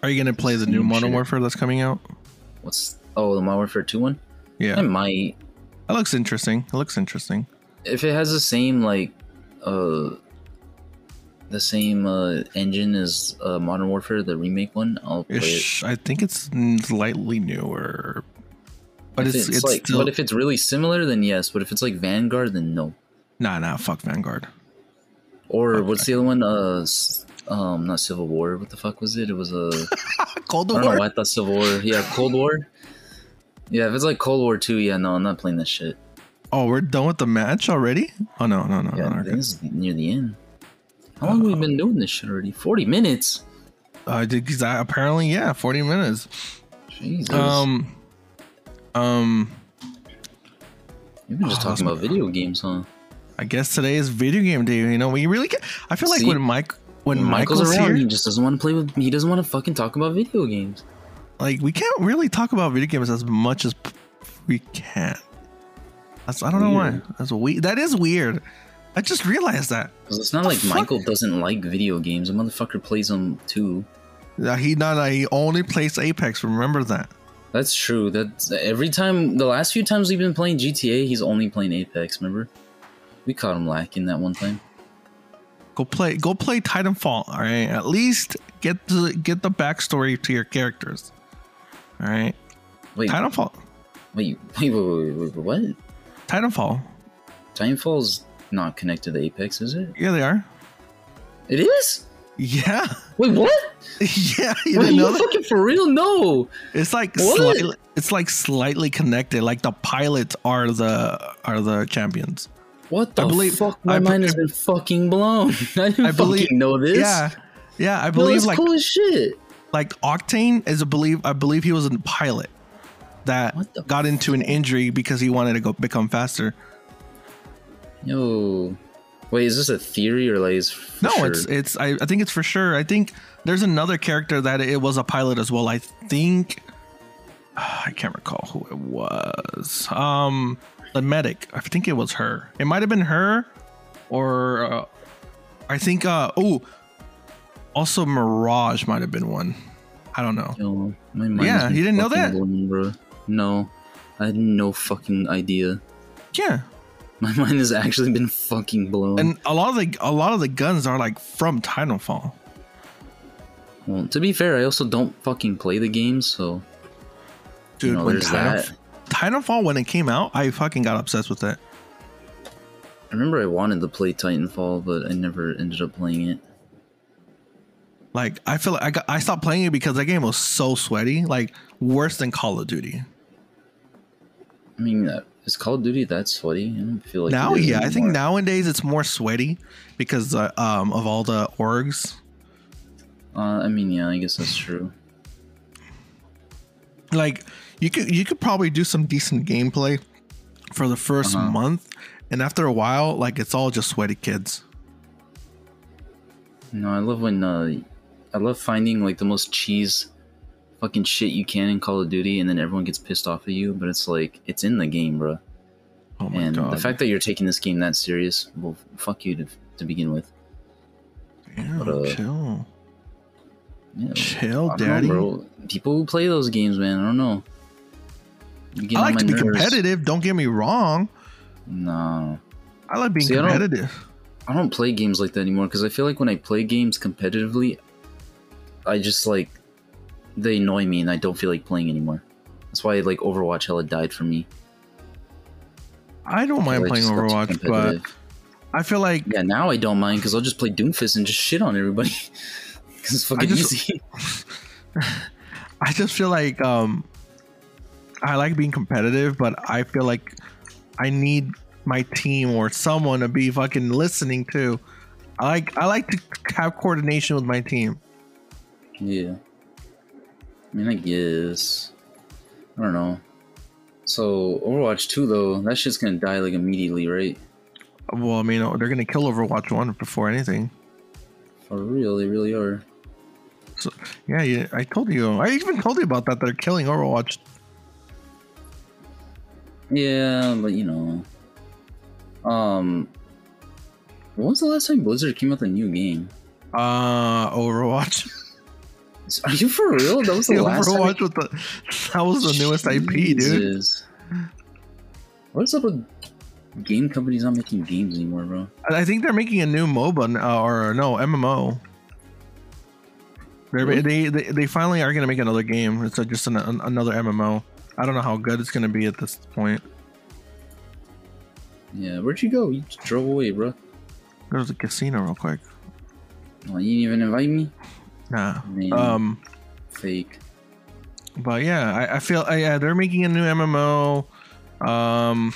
Are you gonna play the new
Same
Modern
shit.
Warfare that's coming out?
What's oh the Modern Warfare Two one? I
Yeah,
might
that looks interesting. It looks interesting.
if it has the same like uh the same uh engine as uh, Modern Warfare the remake one. I'll play it.
Ish, I think it's slightly newer, but
If
it's it's,
like,
still
but if it's really similar, then yes. But if it's like Vanguard, then no.
nah nah. Fuck Vanguard.
Or what's the other one? Uh, s- um, not Civil War. What the fuck was it? It was a.
Cold
I don't know.
War.
Why I thought Civil War. Yeah, Cold War. Yeah, if it's like Cold War Two, yeah, no, I'm not playing this shit.
Oh, we're done with the match already. Oh no no no
Yeah,
no. okay.
I
Oh.
think this is near the end. How long have we been doing this shit already? Forty minutes.
Uh, did- 'cause I- apparently yeah, forty minutes.
Jesus.
Um, um,
We've been just
oh,
talking
that's
about video games, huh?
I guess today is video game day. You know, we really. Get, I feel like
See?
when Mike when
Michael's,
Michael's,
around,
here,
he just doesn't want to play with. He doesn't want to fucking talk about video games.
like we can't really talk about video games as much as p- we can. That's I don't know why.
Weird.
That's weird. That is weird. I just realized that.
'Cause it's not
The
like
fuck?
Michael doesn't like video games. A motherfucker plays them too.
that he not that he only plays Apex. Remember that.
That's true. That's every time. The last few times we've been playing GTA, he's only playing Apex. Remember, we caught him lacking that one time.
Go play. Go play Titanfall. All right. At least get the get the backstory to your characters. All right.
Wait,
Titanfall.
wait, wait, wait, wait, wait, wait, what?
Titanfall.
Titanfall's not connected to Apex, is it?
Yeah, they are.
It is.
Yeah. *laughs*
Wait, what?
yeah. You
Wait,
didn't know
you
that?
fucking for real? No.
It's like
What?
slightly. It's like slightly connected. Like the pilots are the are the champions.
What the
I believe-
fuck? My
I be-
mind has been fucking blown. *laughs* I didn't
I believe-
fucking know this.
Yeah. Yeah, I
no,
believe
that's
like
cool as shit.
like Octane is a believe I believe he was a pilot that
What the
got into an injury because he wanted to go become faster.
Yo, wait, is this a theory or like? Is for
No,
sure?
it's it's I, I think it's for sure. I think there's another character that it was a pilot as well. I think *sighs* I can't recall who it was. Um the medic. I think it was her. It might have been her or uh, I think uh oh also Mirage might have been one. I don't know.
Yo, my mind
Yeah,
has been
you didn't know
fucking
that?
blown, bro. No, I had no fucking idea. *laughs*
Yeah.
My mind has actually been fucking blown.
and a lot of the a lot of the guns are like from Titanfall.
well, to be fair, I also don't fucking play the game, so
Dude,
No,
when
there's
Titanf-
that.
Titanfall when it came out, I fucking got obsessed with it.
I remember I wanted to play Titanfall, but I never ended up playing it.
Like I feel like I got I stopped playing it because that game was so sweaty, like worse than Call of Duty.
I mean, uh, is Call of Duty that sweaty? I don't feel like
now,
it is
yeah, I think
anymore.
nowadays it's more sweaty because uh, um of all the orgs.
Uh, I mean, yeah, I guess that's true.
Like you could you could probably do some decent gameplay for the 1st
Uh-huh.
month, and after a while, like it's all just sweaty kids.
No, I love when uh, I love finding like the most cheese fucking shit you can in Call of Duty, and then everyone gets pissed off at you. But it's like it's in the game, bro.
Oh my
and
god.
the fact that you're taking this game that serious, well, fuck you to, to begin with.
Damn,
but, uh,
chill.
Yeah, like,
Chill,
I don't know,
daddy.
bro. People who play those games, man, I don't know. You
I
get on
like
my
to be
nerves.
competitive, don't get me wrong.
No,
I like being
See, I don't-
competitive.
I don't play games like that anymore because I feel like when I play games competitively, I just like they annoy me and I don't feel like playing anymore. That's why like Overwatch hella died for me.
I don't mind
I
playing
just got too
Overwatch, but
competitive.
I feel like
yeah, now I don't mind because I'll just play Doomfist and just shit on everybody *laughs* because it's fucking
just-
easy.
I just feel like um I like being competitive, but I feel like I need my team or someone to be fucking listening to. I like I like to have coordination with my team.
yeah, I mean, I guess I don't know. So Overwatch two though, that shit's gonna die like immediately, right?
Well, I mean, oh, they're gonna kill Overwatch One before anything.
For real, they really are.
Yeah, yeah, I told you. I even told you about that. They're killing Overwatch.
Yeah, but you know, um, when was the last time Blizzard came out with a new game?
Uh, Overwatch.
Is- Are you for real? That
*laughs*
was the last
Overwatch
time.
with the that was the newest IP, dude.
Jesus. What's up with game companies not making games anymore, bro?
And I think they're making a new MOBA uh, or no MMO. They're,
Really?
they, they they finally are gonna make another game. It's uh, just an, an- another MMO. I don't know how good it's gonna be at this point.
Yeah, where'd you go? You just drove away, bro.
There was a casino real quick.
Oh, you didn't even invite me.
Nah.
Man,
Um.
fake.
but yeah, I, I feel I, yeah they're making a new MMO. Um,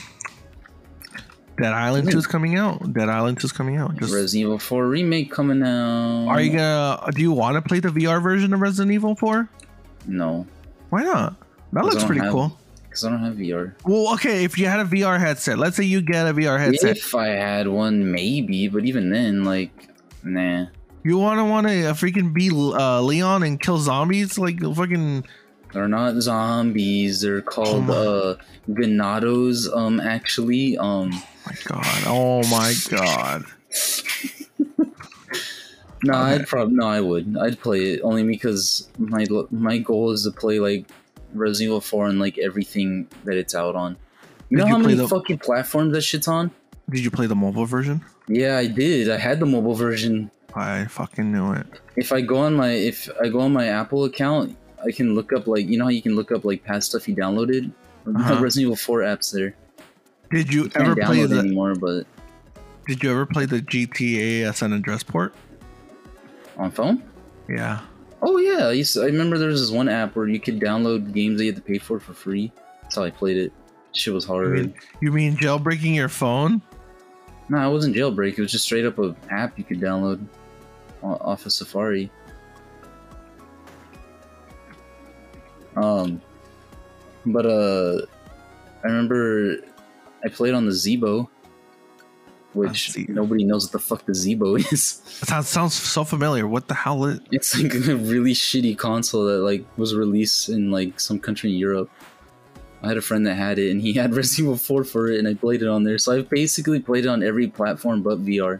Dead Island Two is coming out. Dead Island Two is coming out. Just
Resident Evil 4 remake coming out.
are you gonna? Do you want to play the VR version of Resident Evil Four?
No,
Why not? That
Because I
looks
don't
pretty
have
cool.
because I don't have VR.
Well, okay, if you had a VR headset, let's say you get a VR headset,
If I had one, maybe. But even then, like, nah.
you wanna wanna uh, freaking be uh, Leon and kill zombies like fucking.
They're not zombies. They're called
my-
uh ganados. Um, actually, um,
my god! Oh my god!
no, I'd
Okay.
probably no, I would. I'd play it only because my lo- my goal is to play like Resident Evil Four and like everything that it's out on. You
Did
know
you
how
play
many
the-
fucking platforms that shit's on?
Did you play the mobile version?
Yeah, I did. I had the mobile version.
I fucking knew it.
If I go on my if I go on my Apple account, I can look up like you know how you can look up like past stuff you downloaded.
Uh-huh.
The Resident Evil Four apps there.
Did you
Can't
ever play
download
the?
anymore, but
Did you ever play the GTA as an address port?
on phone.
Yeah.
Oh yeah, I, used to, I remember there was this one app where you could download games that you had to pay for for free. That's how I played it. Shit was
You
hard.
mean, you mean jailbreaking your phone?
No, it wasn't jailbreak. It was just straight up a app you could download o- off of Safari. Um, but uh, I remember I played on the Zebo, which
see.
nobody knows what the fuck the Zebo *laughs* is.
That sounds so familiar. What the hell is?
It's like a really shitty console that like was released in like some country in Europe. I had a friend that had it, and he had *laughs* Resident Evil 4 for it, and I played it on there. So I've basically played it on every platform but VR.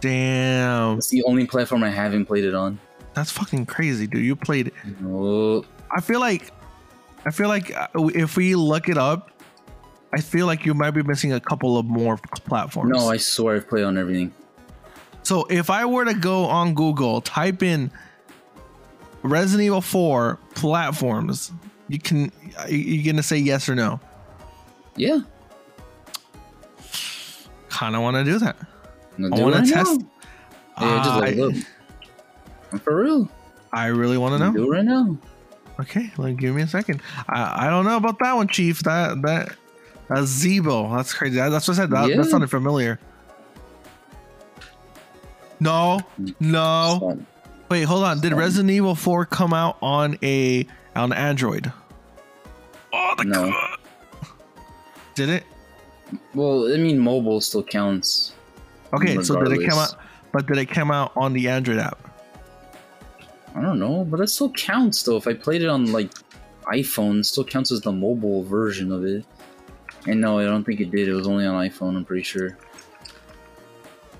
Damn,
It's the only platform I haven't played it on.
that's fucking crazy, dude. You played.
Oh,
I feel like, I feel like uh, if we look it up, I feel like you might be missing a couple of more platforms.
Oh, no, I swear I've played on everything.
so if I were to go on Google, type in Resident Evil Four platforms, you can. you- You're gonna say yes or no.
Yeah.
Kind of want to do that.
No,
I
do
want
right
to
now.
test.
Yeah, just
Uh,
like, look. I'm for real.
I really want to know.
Do it right now.
Okay, like give me a second. I, I don't know about that one, Chief. That that a Zebo. That's crazy. That- that's what I said. That,
Yeah.
that sounded familiar. No, no.
Stop.
Wait, hold on. Did
Stop.
Resident Evil Four come out on a on Android? Oh, the
No.
co- Did it?
Well, I mean, mobile still counts.
Okay, so did it come
Regardless.
out? but did it come out on the Android app?
I don't know, but that still counts though. If I played it on like iPhone, it still counts as the mobile version of it. And no, I don't think it did. It was only on iPhone. I'm pretty sure.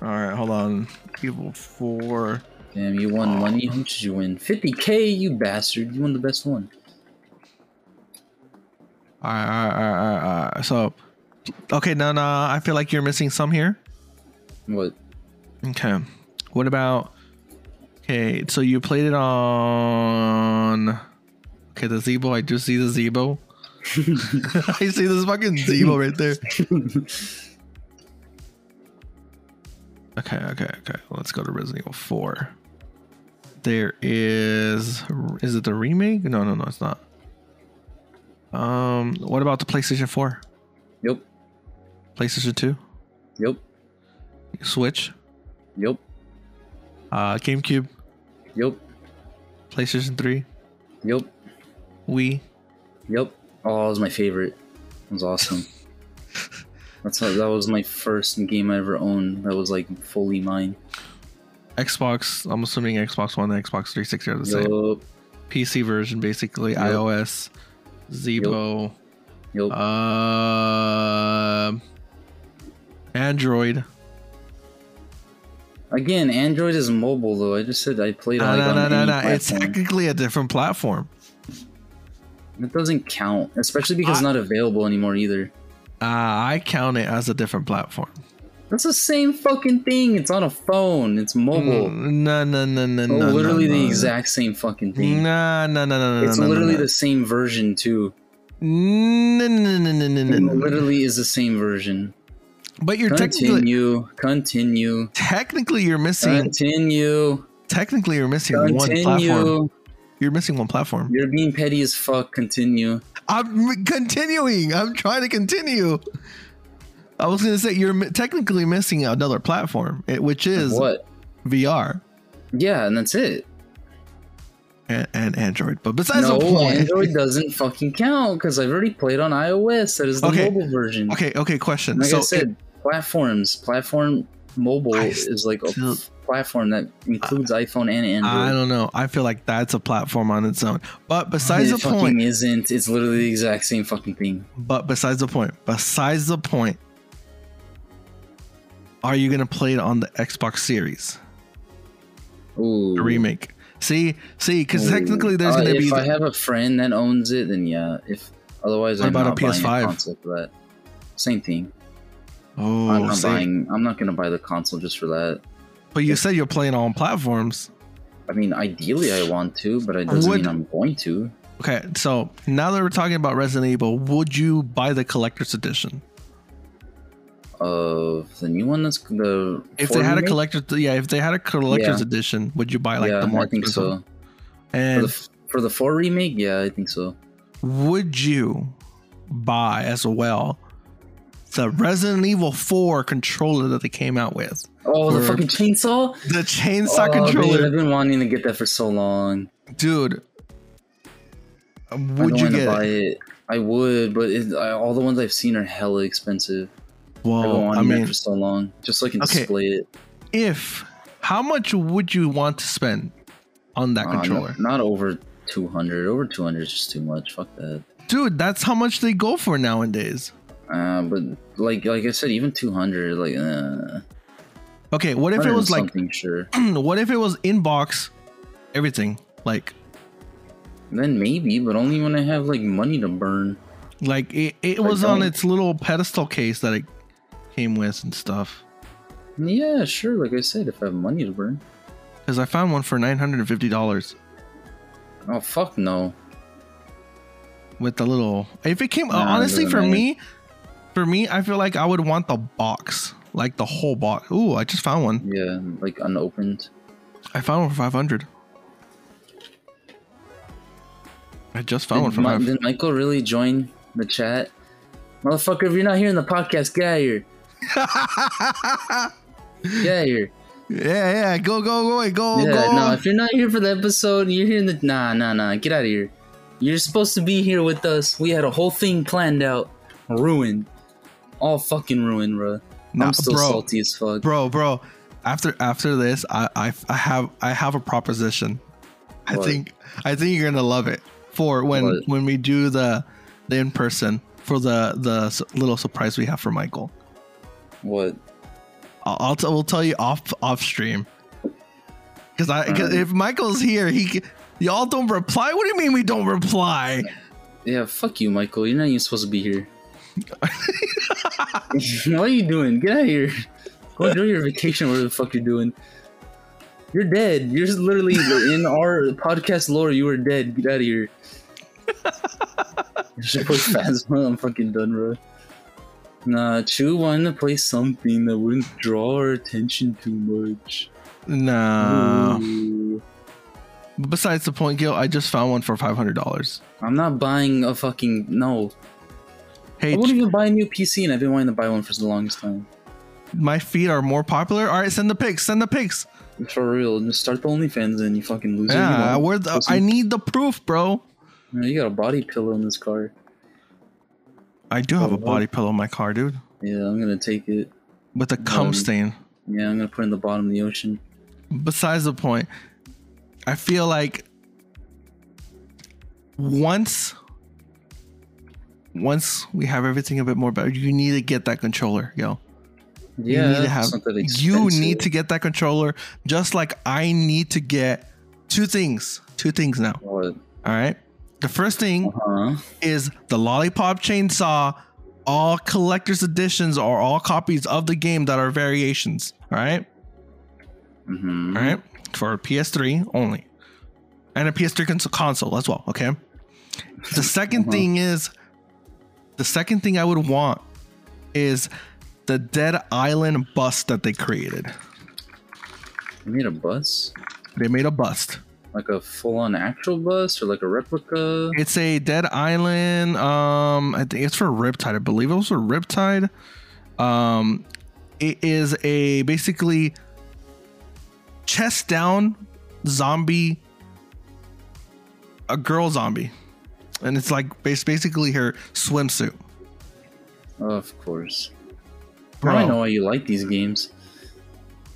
All right, hold on. People four.
Damn, you won
Oh.
money. How much did you win? 50k, you bastard. You won the best one.
All right, all right, all right, all right, all right. So, okay, no, no. I feel like you're missing some here.
What? *laughs*
Okay. What about? Okay, so you played it on. Okay, the Zebo. I do see the Zebo. *laughs* I see this fucking Zebo right there. Okay, okay, okay. Let's go to Resident Evil 4. There is is it the remake? No, no, no, it's not. Um, what about the PlayStation 4?
Yep.
PlayStation 2?
Yep.
Switch?
Yep.
Uh GameCube,
Yep.
PlayStation 3,
Yep.
Wii.
Yep. Oh, that was my favorite. That
*laughs*
was awesome. That's how, that was my first game I ever owned. That was like fully mine.
Xbox, I'm assuming Xbox One and Xbox 360 are the same.
Yup.
PC version, basically,
Yep.
iOS, Zebo,
Yup.
uh, Android.
Again, Android is mobile though. I just said I played
No,
on, like,
no,
on
no, no,
any
no. It's
platform.
technically a different platform.
It doesn't count, especially because it's
I-
not available anymore either.
Uh, I count it as a different platform.
That's the same fucking thing. It's on a phone. It's mobile.
Mm, No, no, no, no,
Oh,
no. no,
literally
no,
the
no.
exact same fucking thing.
No, no, no, no, no.
it's
no, no,
literally
no.
the same version too.
No, no, no, no, no, no,
It
no, no.
literally is the same version.
But you're technically,
Continue. Continue.
technically, you're missing.
Continue.
Technically, you're missing one platform.
Continue.
You're missing one platform.
You're being petty as fuck. Continue.
I'm m- continuing. I'm trying to continue. I was going to say you're m- technically missing another platform, it- which is
What?
VR
Yeah, and that's it.
and, and Android. But besides
No,
the point,
Android doesn't fucking count because I've already played on iOS. That is the
Okay.
mobile
*laughs*
version.
okay, okay. Question.
Like
so
I said, platforms, platform mobile
I
is like a
still-
platform that includes iPhone and Android.
I don't know. I feel like that's a platform on its own. But besides
it
the
fucking
point,
isn't. It's literally the exact same fucking thing.
but besides the point, besides the point, are you gonna play it on the Xbox Series
Ooh.
the remake? See, see, because
Ooh.
technically there's
Uh,
gonna be
If I
the,
have a friend that owns it, then yeah. If otherwise,
What
I'm
about a
not buying
PS5?
console for that. Same thing. I'm
oh,
not
see,
buying. I'm not gonna buy the console just for that.
but you said you're playing on platforms.
I mean, ideally, I want to, but it doesn't
Would-
mean I'm going to.
Okay, so now that we're talking about Resident Evil, would you buy the collector's edition?
Of the new one, that's the
If
four
they had a
remake?
collector's, yeah, if they had a collector's edition, would you buy like
yeah,
the more
I think
expensive
so. For
And
the, f- for the four remake, yeah, I think so.
would you buy as well the Resident Evil 4 controller that they came out with?
Oh, the
Or-
fucking chainsaw!
The chainsaw
Oh, dude,
controller,
I've been wanting to get that for so long.
dude.
I don't
Would you
wanna
get
buy
it?
it? I would, but it, I, all the ones I've seen are hella expensive. I've been
Well,
wanting
Oh, I
that
mean,
for so long, just so I can
Okay.
display it.
if how much would you want to spend on that
Uh, no-
controller,
not over two hundred. Over two hundred is just too much. Fuck that.
dude? That's how much they go for nowadays.
Uh, but like like I said, even two hundred, like uh,
Okay, what if it was like,
something, sure.
*clears throat* what if it was inbox, everything, like
Then maybe, but only when I have like money to burn.
Like it, it
I
was on
don't.
its little pedestal case that it came with and stuff.
Yeah, sure. Like I said, if I have money to burn.
Because I found one for nine hundred and fifty dollars
Oh fuck no.
with the little. If it came
Nah,
honestly
doesn't
for
matter.
me, for me, I feel like I would want the box, like the whole box. Ooh, I just found one.
Yeah, like unopened.
I found one for five hundred. I just found one
Did,
for
Mi-
five.
did Michael really join the chat? Motherfucker, if you're not here in the podcast, get out of here. Get out of here.
*laughs* yeah, yeah, go, go, go, wait, go,
yeah,
go.
no, if you're not here for the episode, you're here in the. Nah, nah, nah. Get out of here. You're supposed to be here with us. We had a whole thing planned out. Ruined. All fucking ruined, bro.
Nah,
I'm still
bro.
salty as fuck.
bro, bro. after after this, I, I I have I have a proposition. I
What?
think I think you're gonna love it for when
What?
when we do the the in person for the the s- little surprise we have for Michael.
What?
I'll, I'll t- we'll tell you off off stream because I cause
Alright.
if Michael's here, he c- y'all don't reply. What do you mean we don't reply?
Yeah, fuck you, Michael. You're not even supposed to
*laughs*
be here. what are you doing? Get out of here.
*laughs*
Go enjoy your vacation, whatever the fuck you're doing. You're dead. You're
*laughs*
just literally in our podcast lore. You are dead. Get out of here. Just push Phasma. I'm fucking done, bro. Nah, Chu wanted to play something that wouldn't draw our attention too much. Hmm.
No.
Ooh.
Besides the point, Gil, I just found one for five hundred dollars.
I'm not buying a fucking no.
Hey,
I won't
Ch-
even buy a new PC, and I've been wanting to buy one for the longest time.
my feet are more popular. All right, send the pics. Send the pics.
For real, just start the OnlyFans and you fucking loser. You
Yeah,
won't.
where the,
Pussy.
I need the proof, bro.
Man, you got a body pillow in this car.
I do have
Oh,
a body pillow in my car, dude,
Yeah, I'm gonna take it.
with a cum
Um,
stain.
Yeah, I'm gonna put it in the bottom of the ocean.
Besides the point, I feel like once once we have everything a bit more better, you need to get that controller, yo.
Yeah,
you need to
it's
have
not that
you need
expensive.
to get that controller just like I need to get two things. Two things now.
What?
All right. The first
Uh-huh.
thing
Huh?
is the Lollipop Chainsaw. All collector's editions are all copies of the game that are variations. All right.
Mm-hmm.
All right. For PS3 only and a PS3 cons- console as well. Okay. The 2nd
Uh-huh.
thing is the second thing I would want is the Dead Island bust that they created.
You made a bus,
They made a bust.
like a full-on actual bus, or like a replica.
It's a Dead Island. Um, I think it's for Riptide. I believe it was for Riptide. Um, it is a basically chest down zombie, a girl zombie, and it's like bas- basically her swimsuit.
Of course. Bro. I
Bro,
know why you like these games.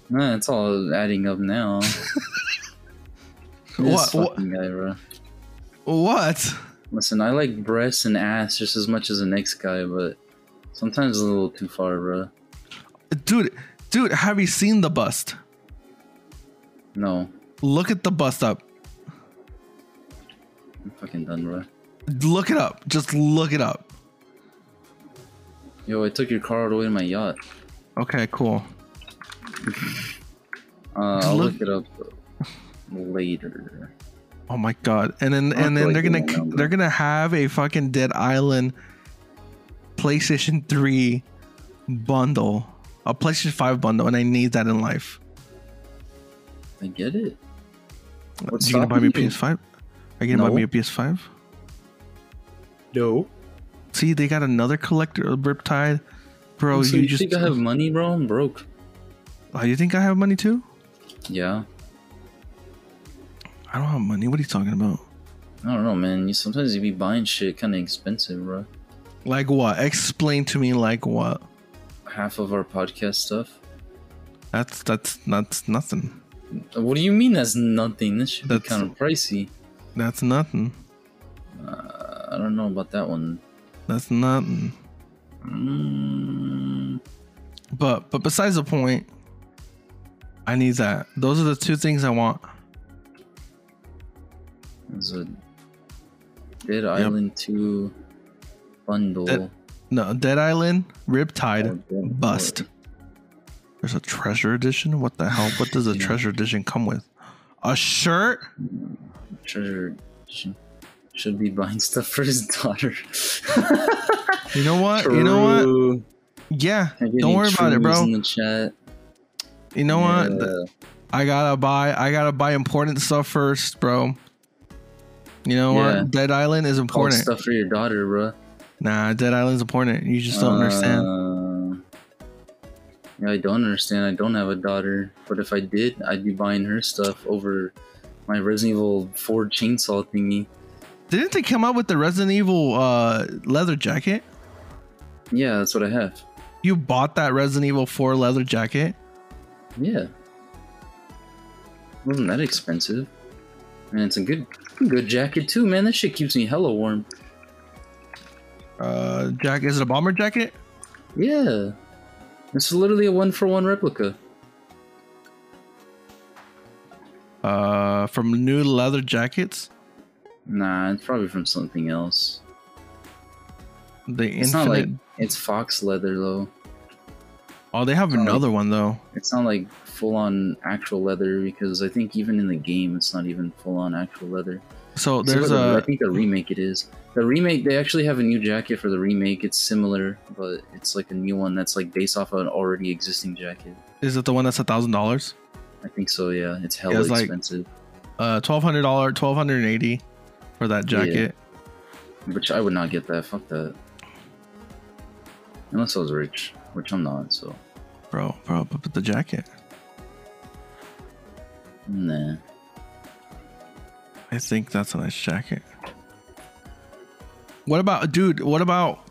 Nah, it's all adding
*laughs*
up now.
What-
this
what-
fucking guy, bro.
what?
Listen, I like breasts and ass just as much as the next guy, but sometimes it's a little too far, bro.
Dude, dude, have you seen the bust?
No,
Look at the bust up.
I'm fucking done, bro.
Look it up. Just look it up.
Yo, I took your car all the way to my yacht.
Okay, cool.
Uh, I'll
Look- *laughs*
look it up later.
Oh my god! And then
Not
and then
like
they're gonna
that number.
they're gonna have a fucking Dead Island PlayStation Three bundle, a PlayStation Five bundle, and I need that in life.
I get it. What's
you gonna buy me a
stopping you?
PS Five? Are you gonna buy
No.
me a PS Five?
No.
See, they got another collector of Riptide, bro.
Oh, so
Oh, you,
you,
just
think I have money, bro? I'm broke.
oh, you think I have money too?
Yeah.
I don't have money. What are you talking about?
I don't know, man. You sometimes you be buying shit kind of expensive, bro.
Like what? Explain to me. Like what?
Half of our podcast stuff.
That's that's that's nothing.
What do you mean? That's nothing. This should be
That's-
kind of pricey.
That's nothing.
I don't know about that one.
That's nothing.
Mm,
But but besides the point, I need that. Those are the two things I want.
There's a Dead Island 2 bundle. uh,
Dead- No, Dead Island, Riptide,
Oh, damn.
Bust. There's a treasure edition. What the hell? What does a
Yeah.
treasure edition come with? A shirt?
Treasure should, should be buying *laughs* stuff for
*laughs*
his daughter.
You know what? You know what?
True.
Yeah.
I get
Don't
any
worry about it,
trues
bro.
In the chat.
You know what?
Yeah.
Th- I gotta buy. I gotta buy important stuff first, bro. You know
Yeah.
what? Dead Island is
All
important.
stuff for your daughter, bro.
Nah, Dead Island's important. You just don't understand.
Uh, Yeah, I don't understand. I don't have a daughter, but if I did, I'd be buying her stuff over my Resident Evil 4 chainsaw thingy.
Didn't they come out with the Resident Evil uh, leather jacket?
Yeah, that's what I have.
You bought that Resident Evil 4 leather jacket?
Yeah, wasn't that expensive. And it's a good, good jacket too, man. That shit keeps me hella warm.
Uh, Jack, is it a bomber jacket?
Yeah, it's literally a one for one replica.
Uh, from new leather jackets.
Nah, it's probably from something else.
The
It's not
infinite.
like it's fox leather though.
oh, they have
not like-
another one though.
It's not like full on actual leather because I think even in the game it's not even full on actual leather.
So
Except
there's
for the- I
a
think the remake it is. The remake they actually have a new jacket for the remake. It's similar, but it's like a new one that's like based off of an already existing jacket.
is it the one that's a thousand dollars?
I think so. Yeah, it's hella
Yeah, it's like-
expensive,
Uh, twelve hundred dollar, twelve hundred and eighty for that
Yeah.
jacket.
which I would not get that. Fuck that. Unless I was rich, which I'm not. So
Bro, bro, but, but the jacket.
nah.
I think that's a nice jacket. What about, dude? What about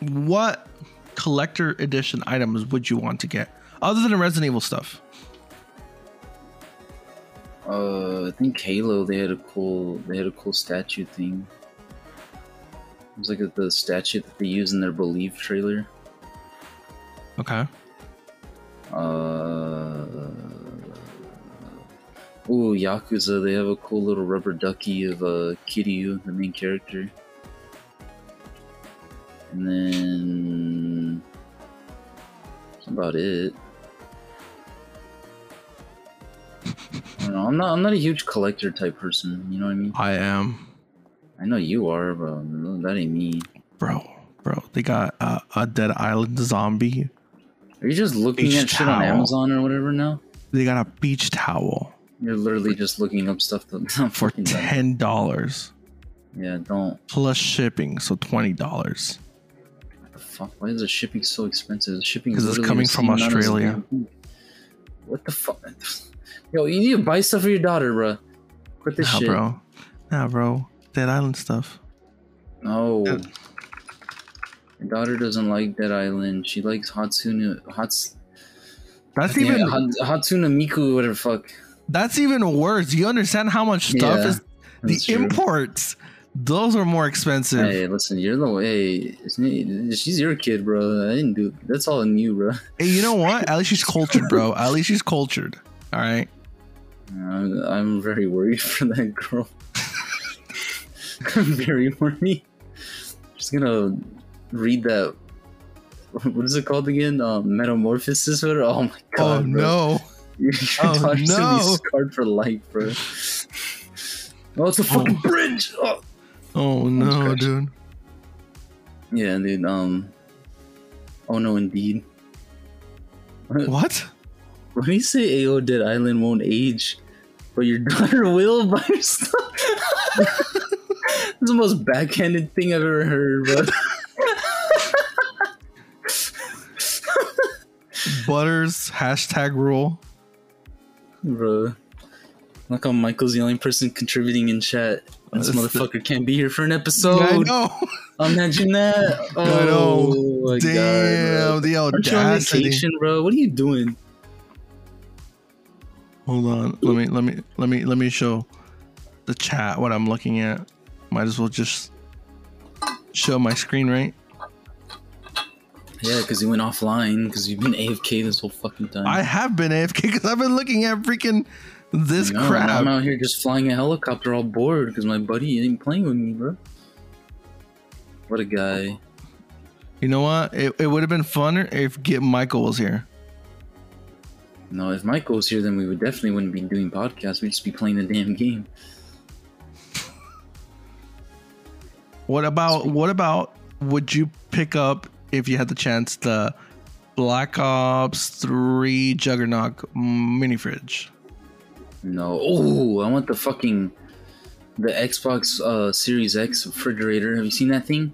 what collector edition items would you want to get other than Resident Evil stuff?
Uh, I think Halo. They had a cool. They had a cool statue thing. It was like the statue that they use in their Believe trailer.
Okay.
Uh, ooh, Yakuza. They have a cool little rubber ducky of uh, Kiryu, the main character. And then that's about it. I don't know, I'm not. I'm not a huge collector type person. You know what I mean?
I am,
I know you are, but no, that ain't me.
bro, bro. They got uh, a Dead Island zombie.
Are you just looking
Beach
at shit on
towel.
Amazon or whatever now?
They got a beach towel
You're literally just looking up stuff that I'm
for
fucking done.
ten dollars
Yeah, don't.
plus shipping, so twenty dollars.
What the fuck? Why is the shipping so expensive? The shipping
'Cause it's
literally
coming
is
from
not as-
Australia.
What the fuck? *laughs* Yo, you need to buy stuff for your daughter, bro. Quit this
Nah,
shit.
bro. Nah, bro. Dead Island stuff.
No.
Yeah.
Your daughter doesn't like Dead Island. She likes Hatsune. Hats,
That's
yeah,
even
Hat- Hatsune Miku, whatever the fuck.
that's even worse. You understand how much stuff
Yeah,
is the
That's true.
imports? Those are more expensive.
Hey, listen, you're the way. it's me- She's your kid, bro. I didn't do. That's all on you, bro.
Hey, you know what? At least she's cultured, bro. At least she's cultured. All
*laughs*
right.
I'm, I'm very worried *laughs* for that girl. I'm very worried. She's gonna read that. What is it called again? Uh, metamorphosis. Or, oh my god!
oh
bro. *laughs*
no.
Your
Oh,
daughter's gonna be
no.
scarred for life, bro. Oh, it's a fucking bridge. Oh.
Oh no,
Christ.
dude.
Yeah, dude. Um. Oh no, indeed.
What?
When you say AO Dead Island won't age, but your *laughs* daughter will by herself. It's the most backhanded thing I've ever heard, bro. *laughs*
Butters hashtag rule.
bro. Like how Michael's the only person contributing in chat. And this
That's the-
motherfucker can't be here for an
I
episode.
know. *laughs*
Imagine that. Oh
know. *laughs*
my
Damn,
god. Bro.
the
Aren't you on
audacity.
vacation, bro? What are you doing?
Hold on. Let me let me let me let me show the chat what I'm looking at. Might as well just show my screen, right?
Mm. Yeah, because you went offline because you've been AFK this whole fucking time.
I have been AFK because I've been looking at freaking this
No,
crap.
I'm out here just flying a helicopter all bored because my buddy ain't playing with me, bro. What a guy.
You know what? It, it would have been funner if Get Michael was here.
No, if Mike was here, then we would definitely wouldn't be doing podcasts. We'd just be playing the damn game.
What about what about would you pick up if you had the chance the Black Ops 3 Juggernaut mini fridge?
No. Oh, I want the fucking the Xbox uh, Series X refrigerator. Have you seen that thing?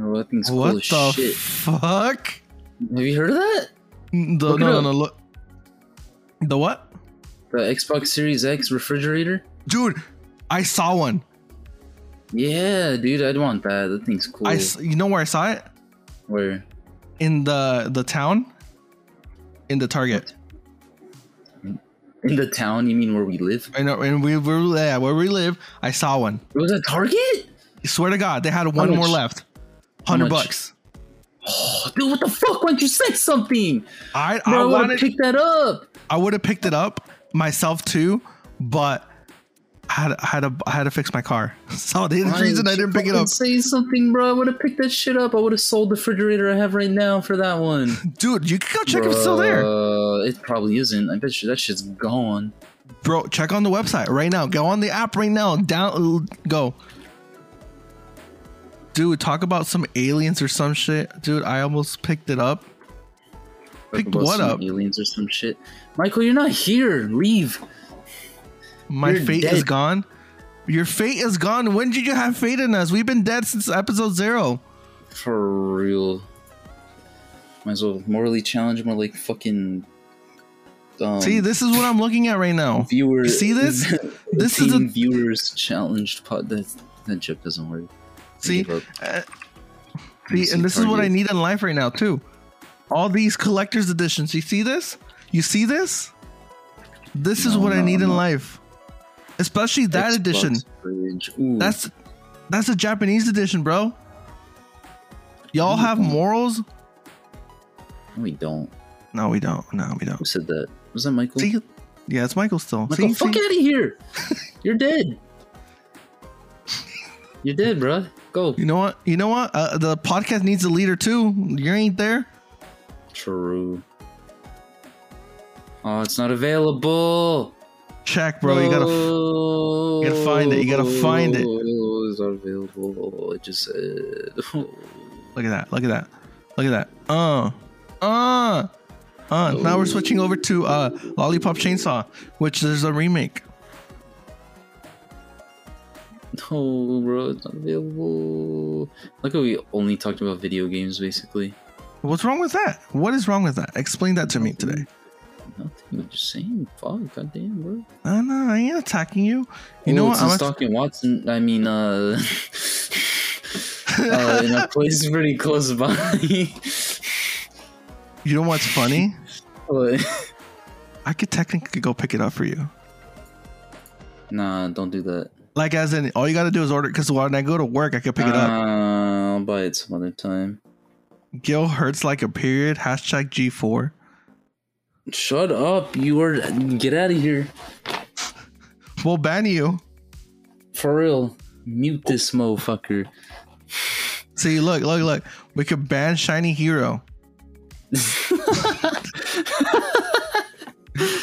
Oh, that thing's
what
cool
the
as shit.
fuck?
Have you heard of that?
The,
Look it
no, no,
up.
no, look. The what?
The Xbox Series X refrigerator?
Dude, I saw one.
Yeah, dude, I'd want that. That thing's cool.
I s- you know where I saw it?
Where?
In the the town in the Target.
In the town, you mean where we live?
I know, and we were yeah, where we live. I saw one.
It was a Target?
I swear to God, they had one
much?
more left.
How
Hundred
much?
bucks.
Oh, dude, what the fuck? Why don't you say something?
I I
Bro, I would
wanted
have picked that up.
I would have picked it up myself too, but I had I had to I had to fix my car. *laughs* So the
Why
reason I
you
didn't pick it
fucking
up,
Say something, bro. I would have picked that shit up. I would have sold the refrigerator I have right now for
*laughs*
that one.
dude, you can go check if it's still there,
Bruh, It probably isn't. I bet you that shit's gone.
bro. Check on the website right now. Go on the app right now. Down, go. Dude, talk about some aliens or some shit, dude. I almost picked it up. Picked
Talk about
what
some
up?
Aliens or some shit. Michael, you're not here. Leave.
My
You're
fate is
dead.
gone. Your fate is gone. When did you have fate in us? We've been dead since episode zero.
For real. Might as well morally challenge more like fucking. Um,
See, this is what I'm looking at right now.
viewer.
you see
*laughs*
this? This is
Team
a-
viewers challenged pod. That that joke doesn't work. I
See,
give up.
uh,
You
See,
see
and this is what I
Target.
need in life right now too. All these collector's editions. You see this? You see this? This is
No,
what I
no,
need in
no.
life. Especially that
Xbox
edition.
fridge. Ooh,
That's that's a Japanese edition, bro. Y'all have
Mm.
morals?
no, we don't.
No, we don't. No, we don't.
Who said that? Was that Michael?
See? Yeah, it's Michael still.
Michael,
See?
fuck
See? *laughs*
out of here! You're dead. You're dead, bruh. Go.
You know what? You know what? Uh, the podcast needs a leader too. You ain't there.
True. Oh, it's not available.
Check, bro. You gotta. F-
you
gotta find it, you gotta find it.
It's not available. It just said. *laughs*
look at that. Look at that. Look at that. Uh. Uh. Uh. Now we're switching over to uh Lollipop Chainsaw, which there's a remake.
No, Oh, bro, it's not available. Like how we only talked about video games, basically.
What's wrong with that? What is wrong with that? Explain that to me today.
Nothing. I'm just saying. Fuck, goddamn, bro.
No, no, I ain't attacking you. You know
Oh,
what?
Since
I'm a-
talking Watson, I mean, uh, *laughs* uh, in a place pretty close by. *laughs*
you know what's funny?
But-
I could technically go pick it up for you.
nah, don't do that.
Like as in, all you gotta do is order. Because when I go to work, I could pick
uh,
it up.
I'll buy it some other time.
Gil hurts like a period. Hashtag G4.
Shut up! You are get out of here
We'll ban you.
for real. Mute this motherfucker.
See, look, look, look. We could ban Shiny Hero.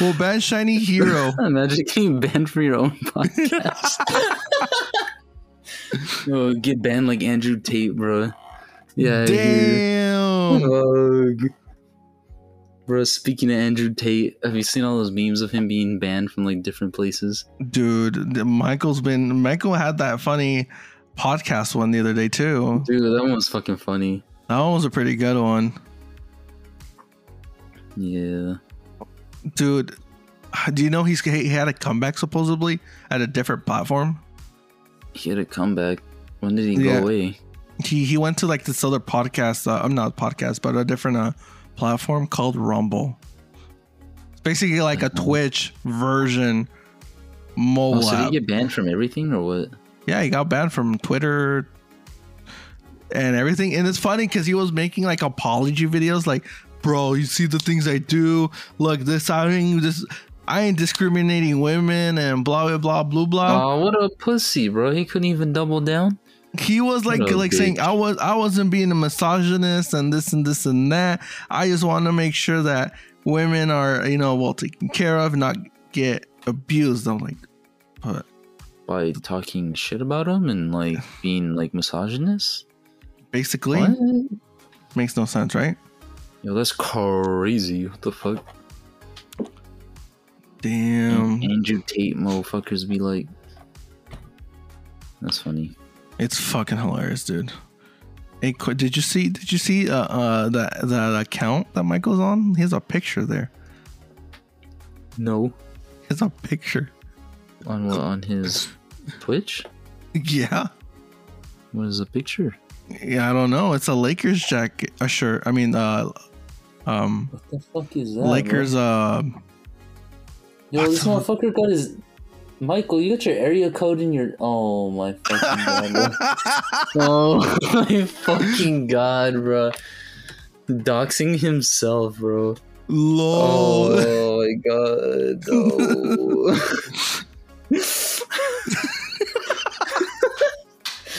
we'll ban Shiny Hero.
*laughs* Imagine getting banned for your own podcast. *laughs* no, Oh, get banned like Andrew Tate, bro. Yeah. I hear.
Damn.
Ugh. Bro, speaking of Andrew Tate, have you seen all those memes of him being banned from like different places?
Dude, the- Michael's been. Michael had that funny podcast one the other day, too.
Dude, that one was fucking funny.
That one was a pretty good one.
Yeah.
Dude, do you know he's he had a comeback supposedly at a different platform?
He had a comeback. When did he
Yeah.
go away?
He he went to like this other podcast. Uh, I'm not a podcast, but a different uh, platform called Rumble. It's basically like a Twitch version mobile
Mm-hmm. Oh, so did
app.
he get banned from everything or what?
yeah, he got banned from Twitter and everything. And it's funny because he was making like apology videos, like, bro, you see the things I do. Look, this I mean, this I ain't discriminating women and blah blah blah blah blah.
Oh, what a pussy, bro. He couldn't even double down.
he was like
What a
like saying I was I wasn't being a misogynist and this and this and that. I just want to make sure that women are you know well taken care of, not get abused. I'm like, but
By talking shit about him and like being like misogynist?
basically
What?
makes no sense, right?
Yo, that's crazy. What the fuck?
Um,
Damn,
Andrew Tate motherfuckers be like. That's funny.
it's fucking hilarious, dude. Hey, qu- did you see? Did you see uh, uh that that account that Michael's on? He has a picture there.
No.
He has a picture. *laughs*
On what? On his Twitch?
Yeah.
What is the picture?
Yeah, I don't know. It's a Lakers jacket, a shirt. I mean, uh, um,
What the fuck is that?
Lakers uh
Yo, this motherfucker got his. Michael, you got your area code in your. Oh my fucking god.
*laughs*
bro. *laughs* Oh my fucking god, bro. Doxing himself, bro.
Lol.
Oh my *laughs* god. No.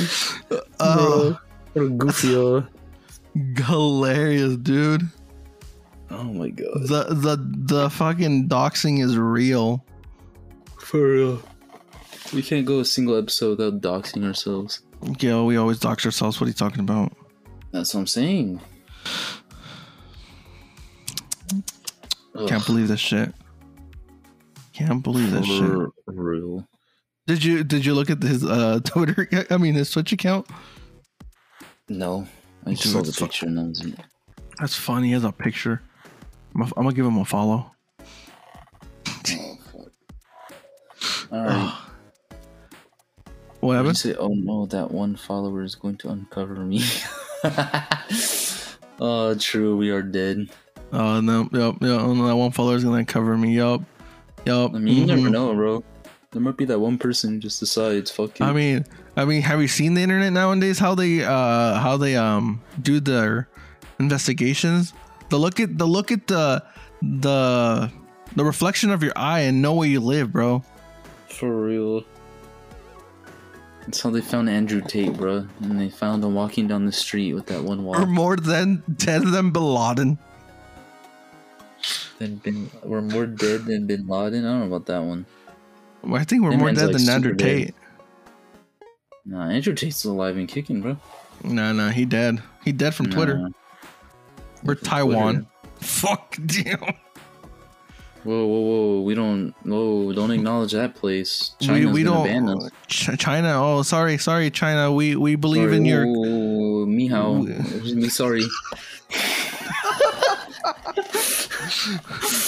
Oh,
Bro, what a
*laughs*
goofy. uh,
hilarious, dude.
Oh my god.
The the the fucking doxing is real.
For real.
We can't go a single episode without doxing ourselves.
Yo, we always dox ourselves. What are you talking about?
That's what I'm saying. Ugh,
Can't believe this shit. Can't believe this shit.
for real.
Did you did you look at his uh *laughs* Twitter? I mean his Twitch account.
No, I
Dude,
just saw the
it's fu-
picture and I was like,
That's funny. He has a picture. I'm, gonna- I'm gonna give him a follow.
oh fuck. All right.
What
You
happened?
say, oh no, that one follower is going to uncover me. *laughs* oh, true, we are dead.
Oh no, yep, yep. Oh, no, that one follower is gonna cover me. Yup, yup.
I mean, you never
mhm.
know, bro. There might be that one person who just decides, fuck it.
I mean, I mean, have you seen the internet nowadays? How they, uh, how they um do their investigations? The look at the look at the the the reflection of your eye and know where you live, bro.
for real. That's how they found Andrew Tate, bro. And they found him walking down the street with that one
Or
walk.
more than dead than Bin Laden.
Then bin, we're more dead than Bin Laden. I don't know about that one.
I think we're
That
more
man's,
dead
like,
than
super
Andrew
dead.
Tate.
Nah, Andrew Tate's still alive and kicking, bro.
No, no, he dead. He dead from Twitter
Nah.
or
From
Taiwan.
Twitter.
Fuck, *laughs* damn.
Whoa, whoa, whoa! We don't. Whoa! Don't acknowledge that place. China's
we we
gonna
don't.
ban us.
Ch- China. Oh, sorry, sorry, China. We we believe in your.
Ooh, me how? Me sorry.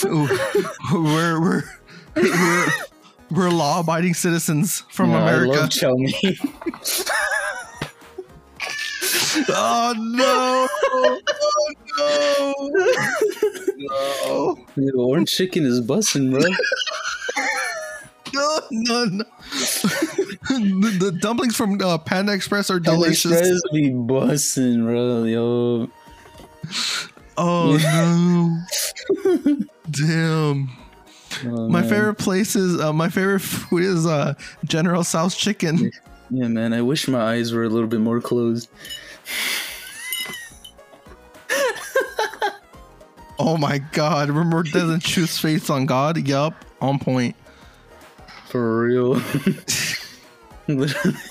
we're we're we're, we're law abiding citizens *laughs* from
No, I
*laughs* America.
love chow *laughs* mein.
oh no! Oh no!
Dude, orange chicken is busting, bro.
No! No! no. the, the dumplings from uh, Panda Express are *laughs* delicious.
Delicious be busting, bro. Yo,
Oh no!
*laughs*
Damn.
Oh,
My
man.
favorite place is uh, my favorite food is uh, General Tso's chicken.
Yeah, man. I wish my eyes were a little bit more closed.
Oh my god! Remember doesn't choose faith on God. Yup, on point.
For real. *laughs* Literally. *laughs*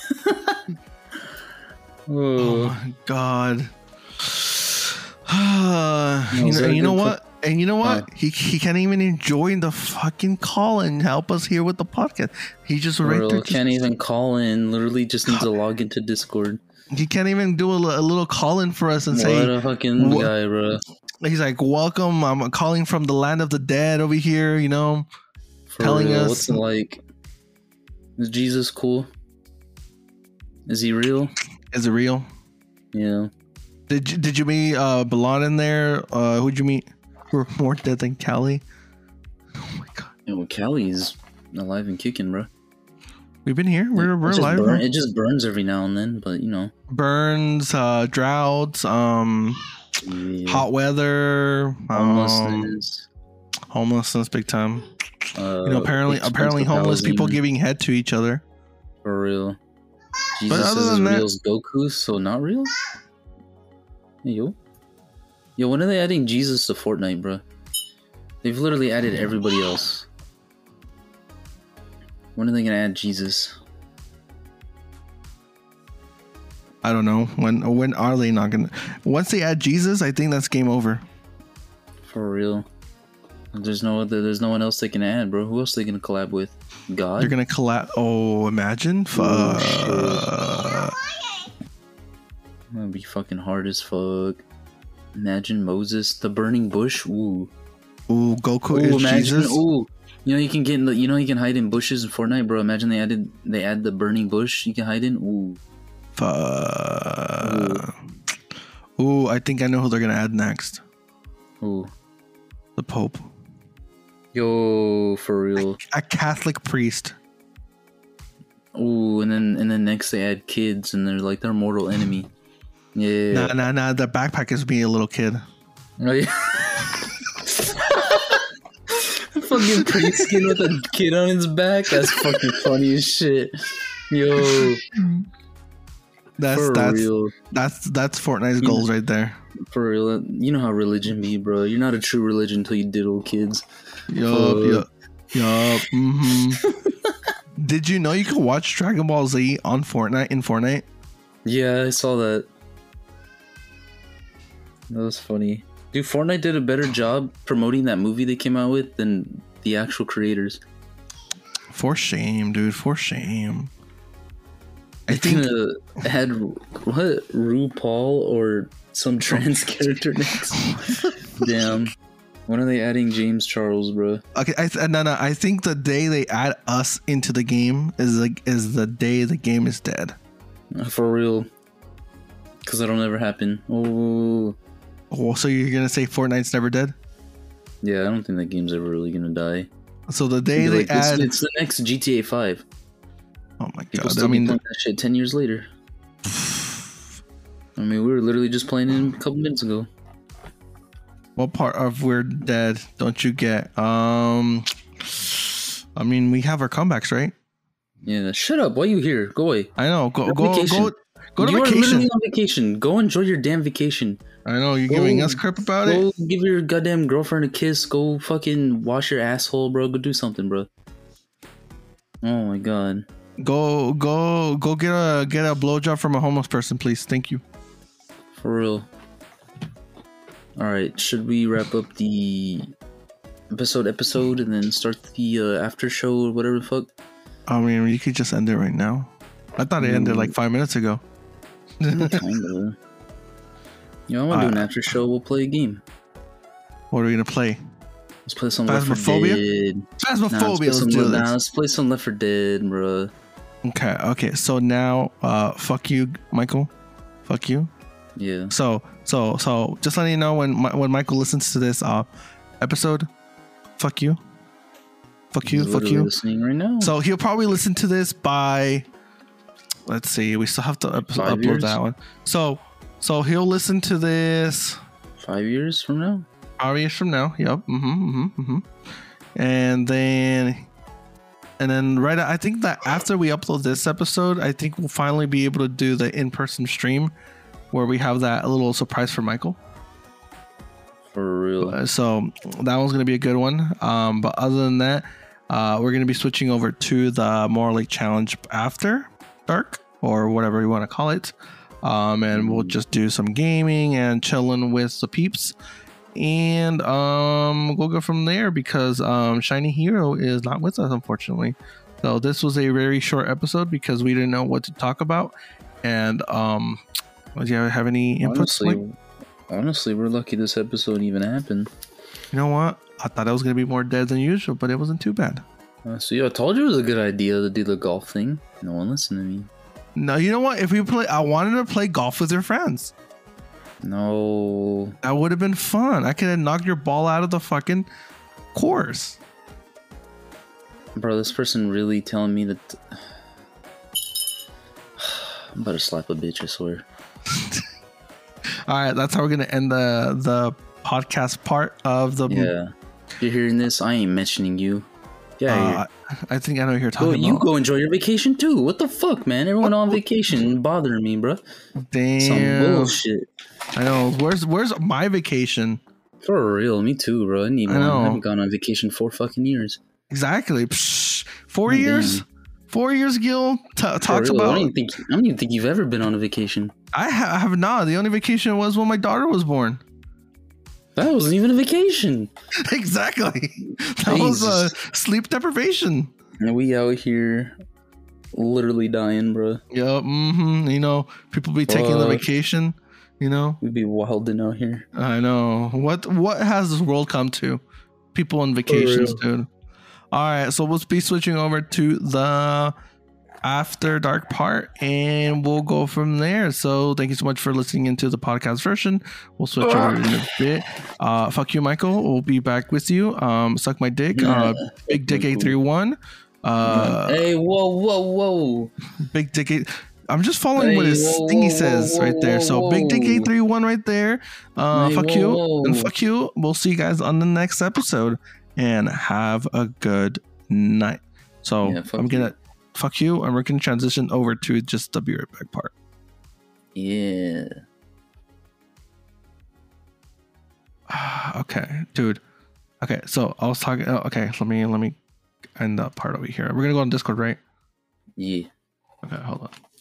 Oh
oh,
my god. *sighs*
No,
you know,
very
and you know
good
what? And you know what? he he can't even enjoy the fucking call and help us here with the podcast. He just
for
right
real.
there. just-
Can't even call in. Literally, just needs to log into Discord.
he can't even do a, li- a little call in for us and
what
say
a fucking
Wha-
guy, bro.
he's like, "Welcome, I'm calling from the land of the dead over here." You know,
For
telling
real,
us-
what's it like? Is Jesus cool? Is he real?
is it real?
Yeah.
Did you, did you meet uh Balon in there? Uh Who'd you meet? We're more dead than Cali. Oh my god,
Yeah, well, Callie's alive and kicking, bro.
we've been here. We're we're
it just
alive.
burn-
bro.
it just burns every now and then, but you know.
burns, uh, droughts, um,
yeah.
hot weather, homelessness,
homelessness.
homelessness, big time.
Uh,
You know, apparently,
expensive
apparently, homeless people
housing,
giving head to each other.
for real. Jesus
other
is as
than that-
real as Goku, so not real. Hey, yo, yo, when are they adding Jesus to Fortnite, bro? They've literally added everybody else. When are they gonna add Jesus?
I don't know when. When are they not gonna? Once they add Jesus, I think that's game over.
For real. There's no other. There's no one else they can add, bro. Who else they gonna collab with? God.
They're gonna collapse. Oh, imagine. Fuck.
That'd be fucking hard as fuck. Imagine Moses, the burning bush. Ooh.
Ooh, Goku
Ooh,
is
imagine,
Jesus.
Ooh, you know you can get in the, you know you can hide in bushes in Fortnite, bro. Imagine they added they add the burning bush you can hide in. Ooh,
Fuck. Ooh, I think I know who they're gonna add next.
ooh,
The Pope.
Yo, for real.
A Catholic priest.
Ooh, and then and then next they add kids, and they're like their mortal enemy. Yeah.
Nah, nah, nah. The backpack is being a little kid.
Oh, yeah. *laughs*
fucking priest skin with a kid on his back. That's fucking funny as shit. Yo,
That's
for
that's
real.
that's that's Fortnite's goals right there.
For real, you know how religion be, bro. You're not a true religion until you diddle kids.
Yup,
Fuck.
yup, yup.
*laughs*
hmm Did you know you could watch Dragon Ball Z on Fortnite in Fortnite?
Yeah, I saw that.
that was funny.
Dude, Fortnite did a better job promoting that movie they came out with than the actual creators.
For shame, dude. For shame. I
I
*laughs*
think
think
uh, had what RuPaul or some trans *laughs* character next. Damn, when are they adding James Charles, bro?
okay. I th- no, no. I think the day they add us into the game is like is the day the game is dead.
For real, because that'll never happen. Oh,
Oh, so you're gonna say Fortnite's never dead?
yeah, I don't think that game's ever really gonna die.
So the day they
Like, it's,
add,
it's the next GTA Five.
oh my
People
god!
still
I
be
mean,
playing that shit ten years later. I mean, we were literally just playing it a couple minutes ago.
what part of we're dead don't you get? Um, I mean, we have our comebacks, right?
Yeah, shut up. Why you here? Go away.
I know. Go
Your
go
vacation.
go go to
you are
vacation.
literally on vacation. Go enjoy your damn vacation.
I know you're giving us crap about it.
Go give your goddamn girlfriend a kiss. Go fucking wash your asshole, bro. Go do something, bro. Oh my god.
Go go go get a get a blowjob from a homeless person, please. Thank you.
For real. Alright, should we wrap up the episode episode and then start the uh, after show or whatever the fuck?
I mean, you could just end it right now. I thought it ended like five minutes ago.
Kinda. You know, I want to do an after show. We'll play a game.
What are we gonna play?
Let's play some Left 4
Phasmophobia?
Dead. Nah, let's, play
Phasmophobia.
some,
Let's do
nah,
this.
let's play some Left 4 Dead, bro.
Okay. Okay. So now, uh, fuck you, Michael. Fuck you.
Yeah.
So so so just letting you know when Mi- when Michael listens to this uh episode, fuck you, fuck you,
He's
fuck
literally
you.
Listening right now.
So he'll probably listen to this by let's see, we still have to up-
Five
upload
years?
that one. So so he'll listen to this
Five years from now.
five years from now. Yep. Mm-hmm, mm-hmm, mm-hmm. And then and then right I think that after we upload this episode, I think we'll finally be able to do the in-person stream where we have that little surprise for Michael.
For real.
Uh, so that one's gonna be a good one. Um, but other than that, uh, we're gonna be switching over to the Moral League Challenge after dark or whatever you want to call it, um, and we'll just do some gaming and chilling with the peeps, and um, we'll go from there because um, Shiny Hero is not with us unfortunately. So this was a very short episode because we didn't know what to talk about, and um, do you have any inputs? Mike?
honestly, honestly, we're lucky this episode even happened.
You know what? I thought I was gonna be more dead than usual, but it wasn't too bad.
Uh, so yeah, I told you it was a good idea to do the golf thing. No one listened to me.
No, you know what? If we play, I wanted to play golf with your friends.
No.
That would have been fun. I could have knocked your ball out of the fucking course.
Bro, this person really telling me that. *sighs* I'm about to slap a bitch, I swear.
All right, that's how we're gonna end the the podcast part of the.
Yeah. You're hearing this? I ain't mentioning you. Yeah, you're
Mm-hmm. Uh, I think I know Oh. what you're
Go,
talking
you
about.
go enjoy your vacation too. What the fuck, man? Everyone on vacation bothering me, bro. Some
Damn.
bullshit.
I know. Where's where's my vacation?
For real, me too, bro. I need
I
one.
know.
I haven't gone on vacation for fucking years.
Exactly. Psh, four years. Four years. Gil t-
For
talks
real, I
about.
don't even think I don't even think you've ever been on a vacation.
I, ha- I have not. The only vacation was when my daughter was born.
That wasn't even a vacation.
*laughs* Exactly. *laughs* That was uh,
Jesus.
sleep deprivation.
And we out here literally dying, bro.
Yep. hmm You know, people be taking the
Fuck.
vacation. You know,
We'd be wilding out here.
I know. What what has this world come to? People on vacations, dude. All right, so we'll be switching over to the after dark part and we'll go from there so thank you so much for listening into the podcast version we'll switch over in *laughs* a bit uh fuck you michael we'll be back with you um suck my dick uh big dick 831 uh
Hey, whoa, whoa, whoa.
big dick eight i'm just following what
Hey,
his
whoa,
thingy
whoa,
says
whoa,
right there so
whoa,
big dick
whoa.
831 right there uh
Hey,
fuck
whoa,
you
whoa.
and fuck you we'll see you guys on the next episode and have a good night so
Yeah, fuck
i'm
you.
gonna fuck you and we're gonna transition over to just the be right back part *sighs*
Yeah.
okay, dude. Okay, so I was talking. Oh, okay, let me let me end that part over here. We're gonna go on Discord, right?
Yeah.
Okay, hold on.